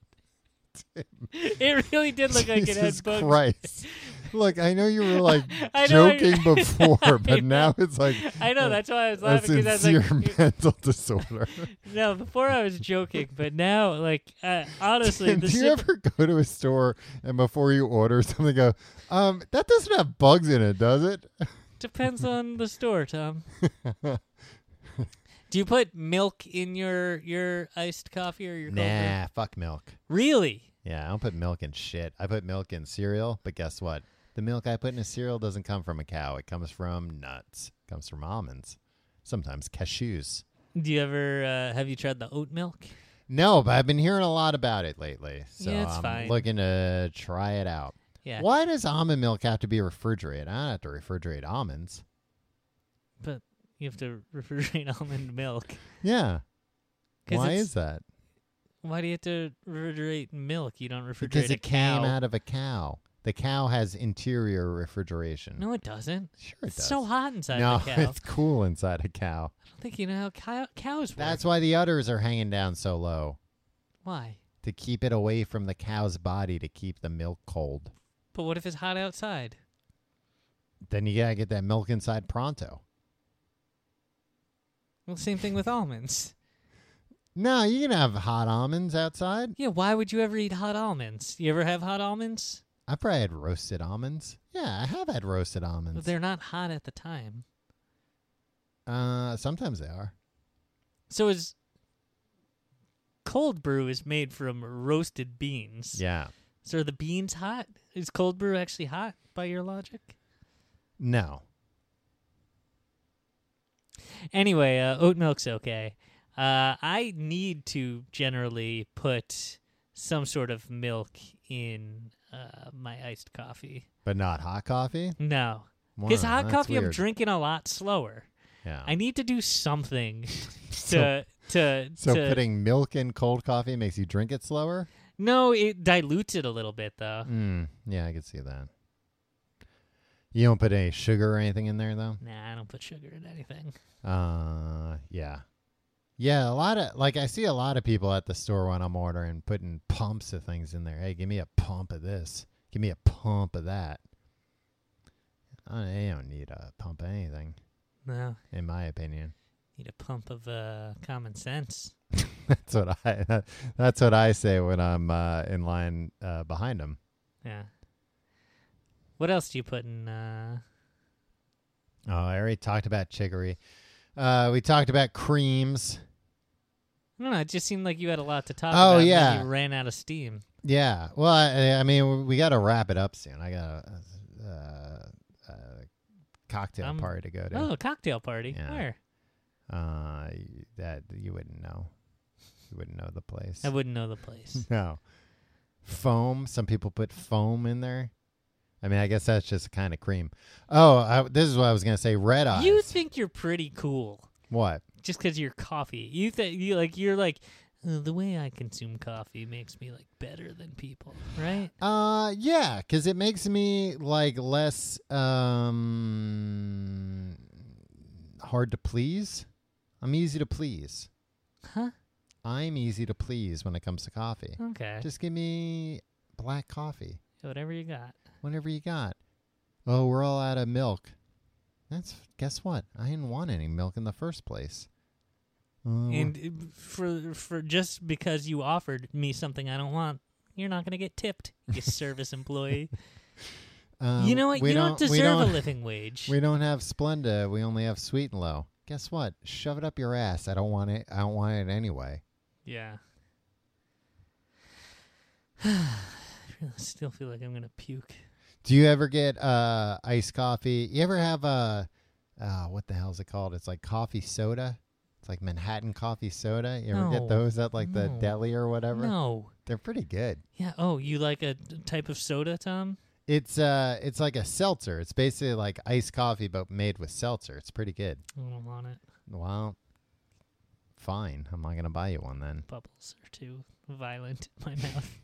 C: It really did look like it
B: Jesus
C: had bugs.
B: Christ! Look, I know you were like
C: I know, I-
B: joking before,
C: I
B: but now it's like
C: I know that's why I was
B: a
C: laughing because I was
B: sincere
C: like,
B: mental disorder.
C: no. Before I was joking, but now, like, uh, honestly,
B: Tim,
C: the
B: do you
C: simple-
B: ever go to a store and before you order something, go, um, that doesn't have bugs in it, does it?
C: depends on the store, Tom. Do you put milk in your your iced coffee or your cold brew?
B: fuck milk.
C: Really?
B: Yeah, I don't put milk in shit. I put milk in cereal, but guess what? The milk I put in a cereal doesn't come from a cow. It comes from nuts. It comes from almonds. Sometimes cashews.
C: Do you ever uh, have you tried the oat milk?
B: No, but I've been hearing a lot about it lately. So
C: Yeah, it's
B: I'm
C: fine.
B: looking to try it out.
C: Yeah,
B: Why does almond milk have to be refrigerated? I don't have to refrigerate almonds.
C: but you have to refrigerate almond milk.
B: Yeah.
C: 'Cause
B: Why
C: it's-
B: is that?
C: Why do you have to refrigerate milk? You don't refrigerate
B: Because
C: a
B: it came
C: cow.
B: out of a cow. The cow has interior refrigeration.
C: no, it doesn't.
B: sure it
C: it's
B: does.
C: so hot inside
B: no,
C: the cow. I don't
B: it's cool inside a cow.
C: think you know how cow- cows work.
B: That's why the udders are hanging down so low
C: why.
B: to keep it away from the cow's body to keep the milk cold.
C: But what if it's hot outside?
B: Then you gotta get that milk inside pronto.
C: Well, same thing with almonds.
B: No, you can have hot almonds outside.
C: Yeah, why would you ever eat hot almonds? You ever have hot almonds?
B: I probably had roasted almonds. Yeah, I have had roasted
C: But
B: almonds.
C: they're not hot at the time.
B: uh, sometimes they are.
C: So is cold brew is made from roasted beans.
B: Yeah.
C: So are the beans hot? Is cold brew actually hot by your logic?
B: No.
C: Anyway, uh, oat milk's okay. Uh, I need to generally put some sort of milk in uh, my iced coffee.
B: But not hot coffee?
C: No,
B: Wow,
C: because hot
B: that's
C: coffee I'm
B: weird.
C: drinking a lot slower.
B: Yeah.
C: I need to do something
B: so
C: to to
B: so
C: to
B: putting milk in cold coffee makes you drink it slower?
C: no. It dilutes it a little bit though.
B: Mm, yeah, I could see that. You don't put any sugar or anything in there though?
C: Nah, I don't put sugar in anything.
B: Uh yeah. Yeah, a lot of like I see a lot of people at the store when I'm ordering putting pumps of things in there. Hey, give me a pump of this. Give me a pump of that. I don't, you don't need a pump of anything,
C: No,
B: in my opinion.
C: need a pump of uh, common sense.
B: That's what I. that's what I say when I'm uh, in line uh, behind them.
C: Yeah. What else do you put in? Uh,
B: Oh, I already talked about chicory. Uh, we talked about creams.
C: I don't know. It just seemed like you had a lot to talk
B: Oh,
C: about. and then
B: yeah.
C: you ran out of steam.
B: Yeah. Well, I, I mean, we got to wrap it up soon. I got a, uh, uh cocktail
C: Um,
B: party to go to.
C: Oh, cocktail party.
B: uh, Yeah.
C: Where?
B: Uh, y- that you wouldn't know. You wouldn't know the place.
C: I wouldn't know the place.
B: no. Foam. Some people put foam in there. I mean, I guess that's just kind of cream. Oh, I, this is what I was gonna say. Red eyes.
C: you think you're pretty cool
B: what?
C: just because you're coffee. You think you like you're like "Uh, the way I consume coffee makes me like better than people, right?
B: Uh, yeah, because it makes me like less um hard to please. I'm easy to please.
C: Huh?
B: I'm easy to please when it comes to coffee.
C: Okay.
B: Just give me black coffee
C: Whatever you got.
B: whenever you got. Oh, we're all out of milk. That's guess what? I didn't want any milk in the first place. Uh,
C: And uh, for for just because you offered me something I don't want, you're not gonna get tipped, you service employee.
B: uh,
C: you know what?
B: we
C: You don't,
B: we
C: deserve
B: don't-
C: a living wage.
B: We don't have Splenda. We only have Sweet and Low. Guess what? Shove it up your ass. I don't want it. I don't want it anyway.
C: Yeah. I still feel like I'm gonna puke.
B: Do you ever get uh iced coffee? You ever have a uh what the hell is it called? It's like coffee soda. It's like Manhattan coffee soda. You ever
C: No.
B: get those at like the
C: No.
B: deli or whatever?
C: No.
B: They're pretty good.
C: Yeah. Oh, you like a d- type of soda, Tom?
B: It's uh it's like a seltzer. It's basically like iced coffee but made with seltzer. It's pretty good.
C: I don't want it.
B: Well, fine. I'm not going to buy you one then.
C: Bubbles are too violent in my mouth.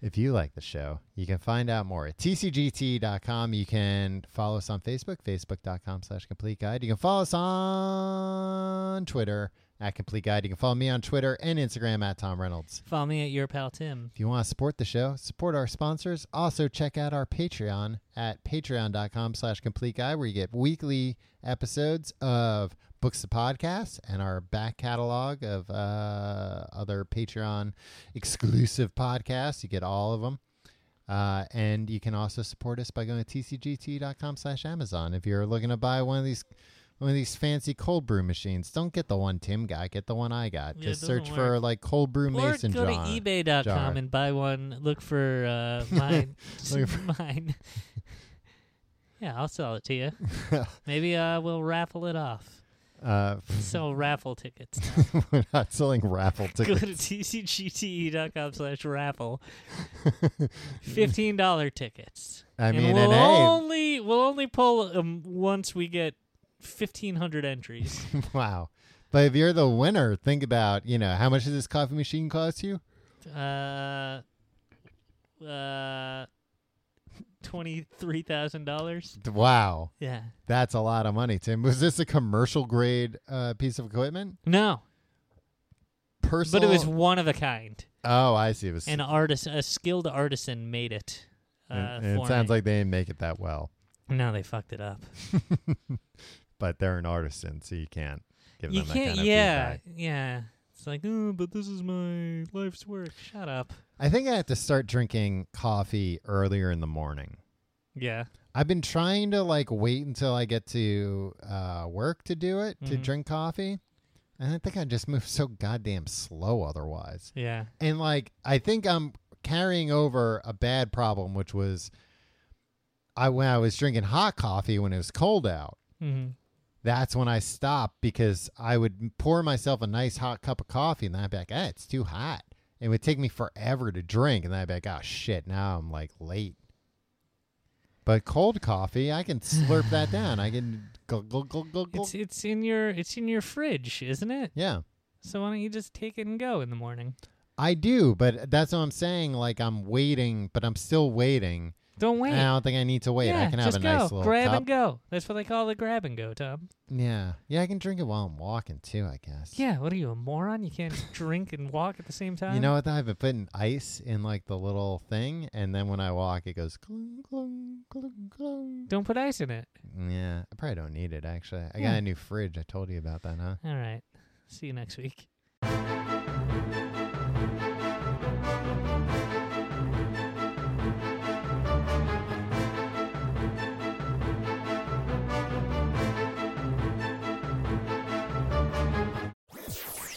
B: If you like the show, you can find out more at tcgt.com. You can follow us on Facebook, facebook.com slash complete guide. You can follow us on Twitter at complete guide. You can follow me on Twitter and Instagram at Tom Reynolds.
C: Follow me at your pal Tim.
B: If you want to support the show, support our sponsors. Also, check out our Patreon at patreon.com slash complete guide, where you get weekly episodes of Books the Podcast and our back catalog of uh, other Patreon exclusive podcasts. You get all of them. Uh, and you can also support us by going to tcgt.com slash Amazon. If you're looking to buy one of these one of these fancy cold brew machines, don't get the one Tim got, get the one I got.
C: Yeah, it
B: Just
C: doesn't
B: search for
C: work.
B: like cold brew
C: Or
B: mason
C: go
B: jar.
C: to eBay.com
B: jar.
C: and buy one. Look for uh, mine.
B: Look for-
C: mine. yeah, I'll sell it to you. Maybe uh, we'll raffle it off.
B: Uh,
C: Sell raffle tickets.
B: we're not selling raffle
C: Go to
B: tickets.
C: tcgte.com E slash raffle. Fifteen dollar tickets.
B: I
C: and
B: mean,
C: we'll
B: and hey,
C: only we'll only pull 'em once we get 1,500 entries.
B: wow. But if you're the winner, think about, you know, how much does this coffee machine cost you?
C: uh, uh, $23,000.
B: Wow.
C: Yeah.
B: That's a lot of money, Tim. Was this a commercial grade uh, piece of equipment?
C: No,
B: Personal.
C: but it was one of a kind.
B: Oh, I see. It was.
C: An artist, a skilled artisan made it. Uh,
B: and- and
C: for
B: it sounds
C: me.
B: like they didn't make it that well,
C: No, they fucked it up.
B: but they're an artisan, so you can't give
C: You
B: them
C: can't,
B: that kind of
C: yeah,
B: feedback.
C: yeah. It's like, oh, but this is my life's work. Shut up.
B: I think I have to start drinking coffee earlier in the morning.
C: Yeah.
B: I've been trying to like wait until I get to uh, work to do it to
C: Mhm.
B: drink coffee, and I think I just move so goddamn slow otherwise.
C: Yeah.
B: And like I think I'm carrying over a bad problem, which was I when I was drinking hot coffee when it was cold out.
C: Mm-hmm.
B: That's when I stopped because I would pour myself a nice hot cup of coffee and then I'd be like, ah, it's too hot. It would take me forever to drink, and then I'd be like, oh shit, now I'm like late. But cold coffee, I can slurp that down. I can go go go go go.
C: It's it's in your it's in your fridge, isn't it?
B: Yeah.
C: So why don't you just take it and go in the morning?
B: I do, but that's what I'm saying. Like I'm waiting, but I'm still waiting.
C: Don't wait.
B: And I don't think I need to wait.
C: yeah,
B: I can have
C: just
B: a nice
C: go.
B: little
C: grab
B: cup.
C: and go. That's what they call the grab and go, Tom.
B: Yeah, yeah, I can drink it while I'm walking too. I guess.
C: Yeah. What are you, a moron? You can't drink and walk at the same time.
B: You know what? though? I've been putting ice in like the little thing, and then when I walk, it goes clunk, clunk, clunk, clunk.
C: Don't put ice in it.
B: Yeah, I probably don't need it actually. I
C: Yeah.
B: got a new fridge. I told you about that, huh?
C: All right. See you next week.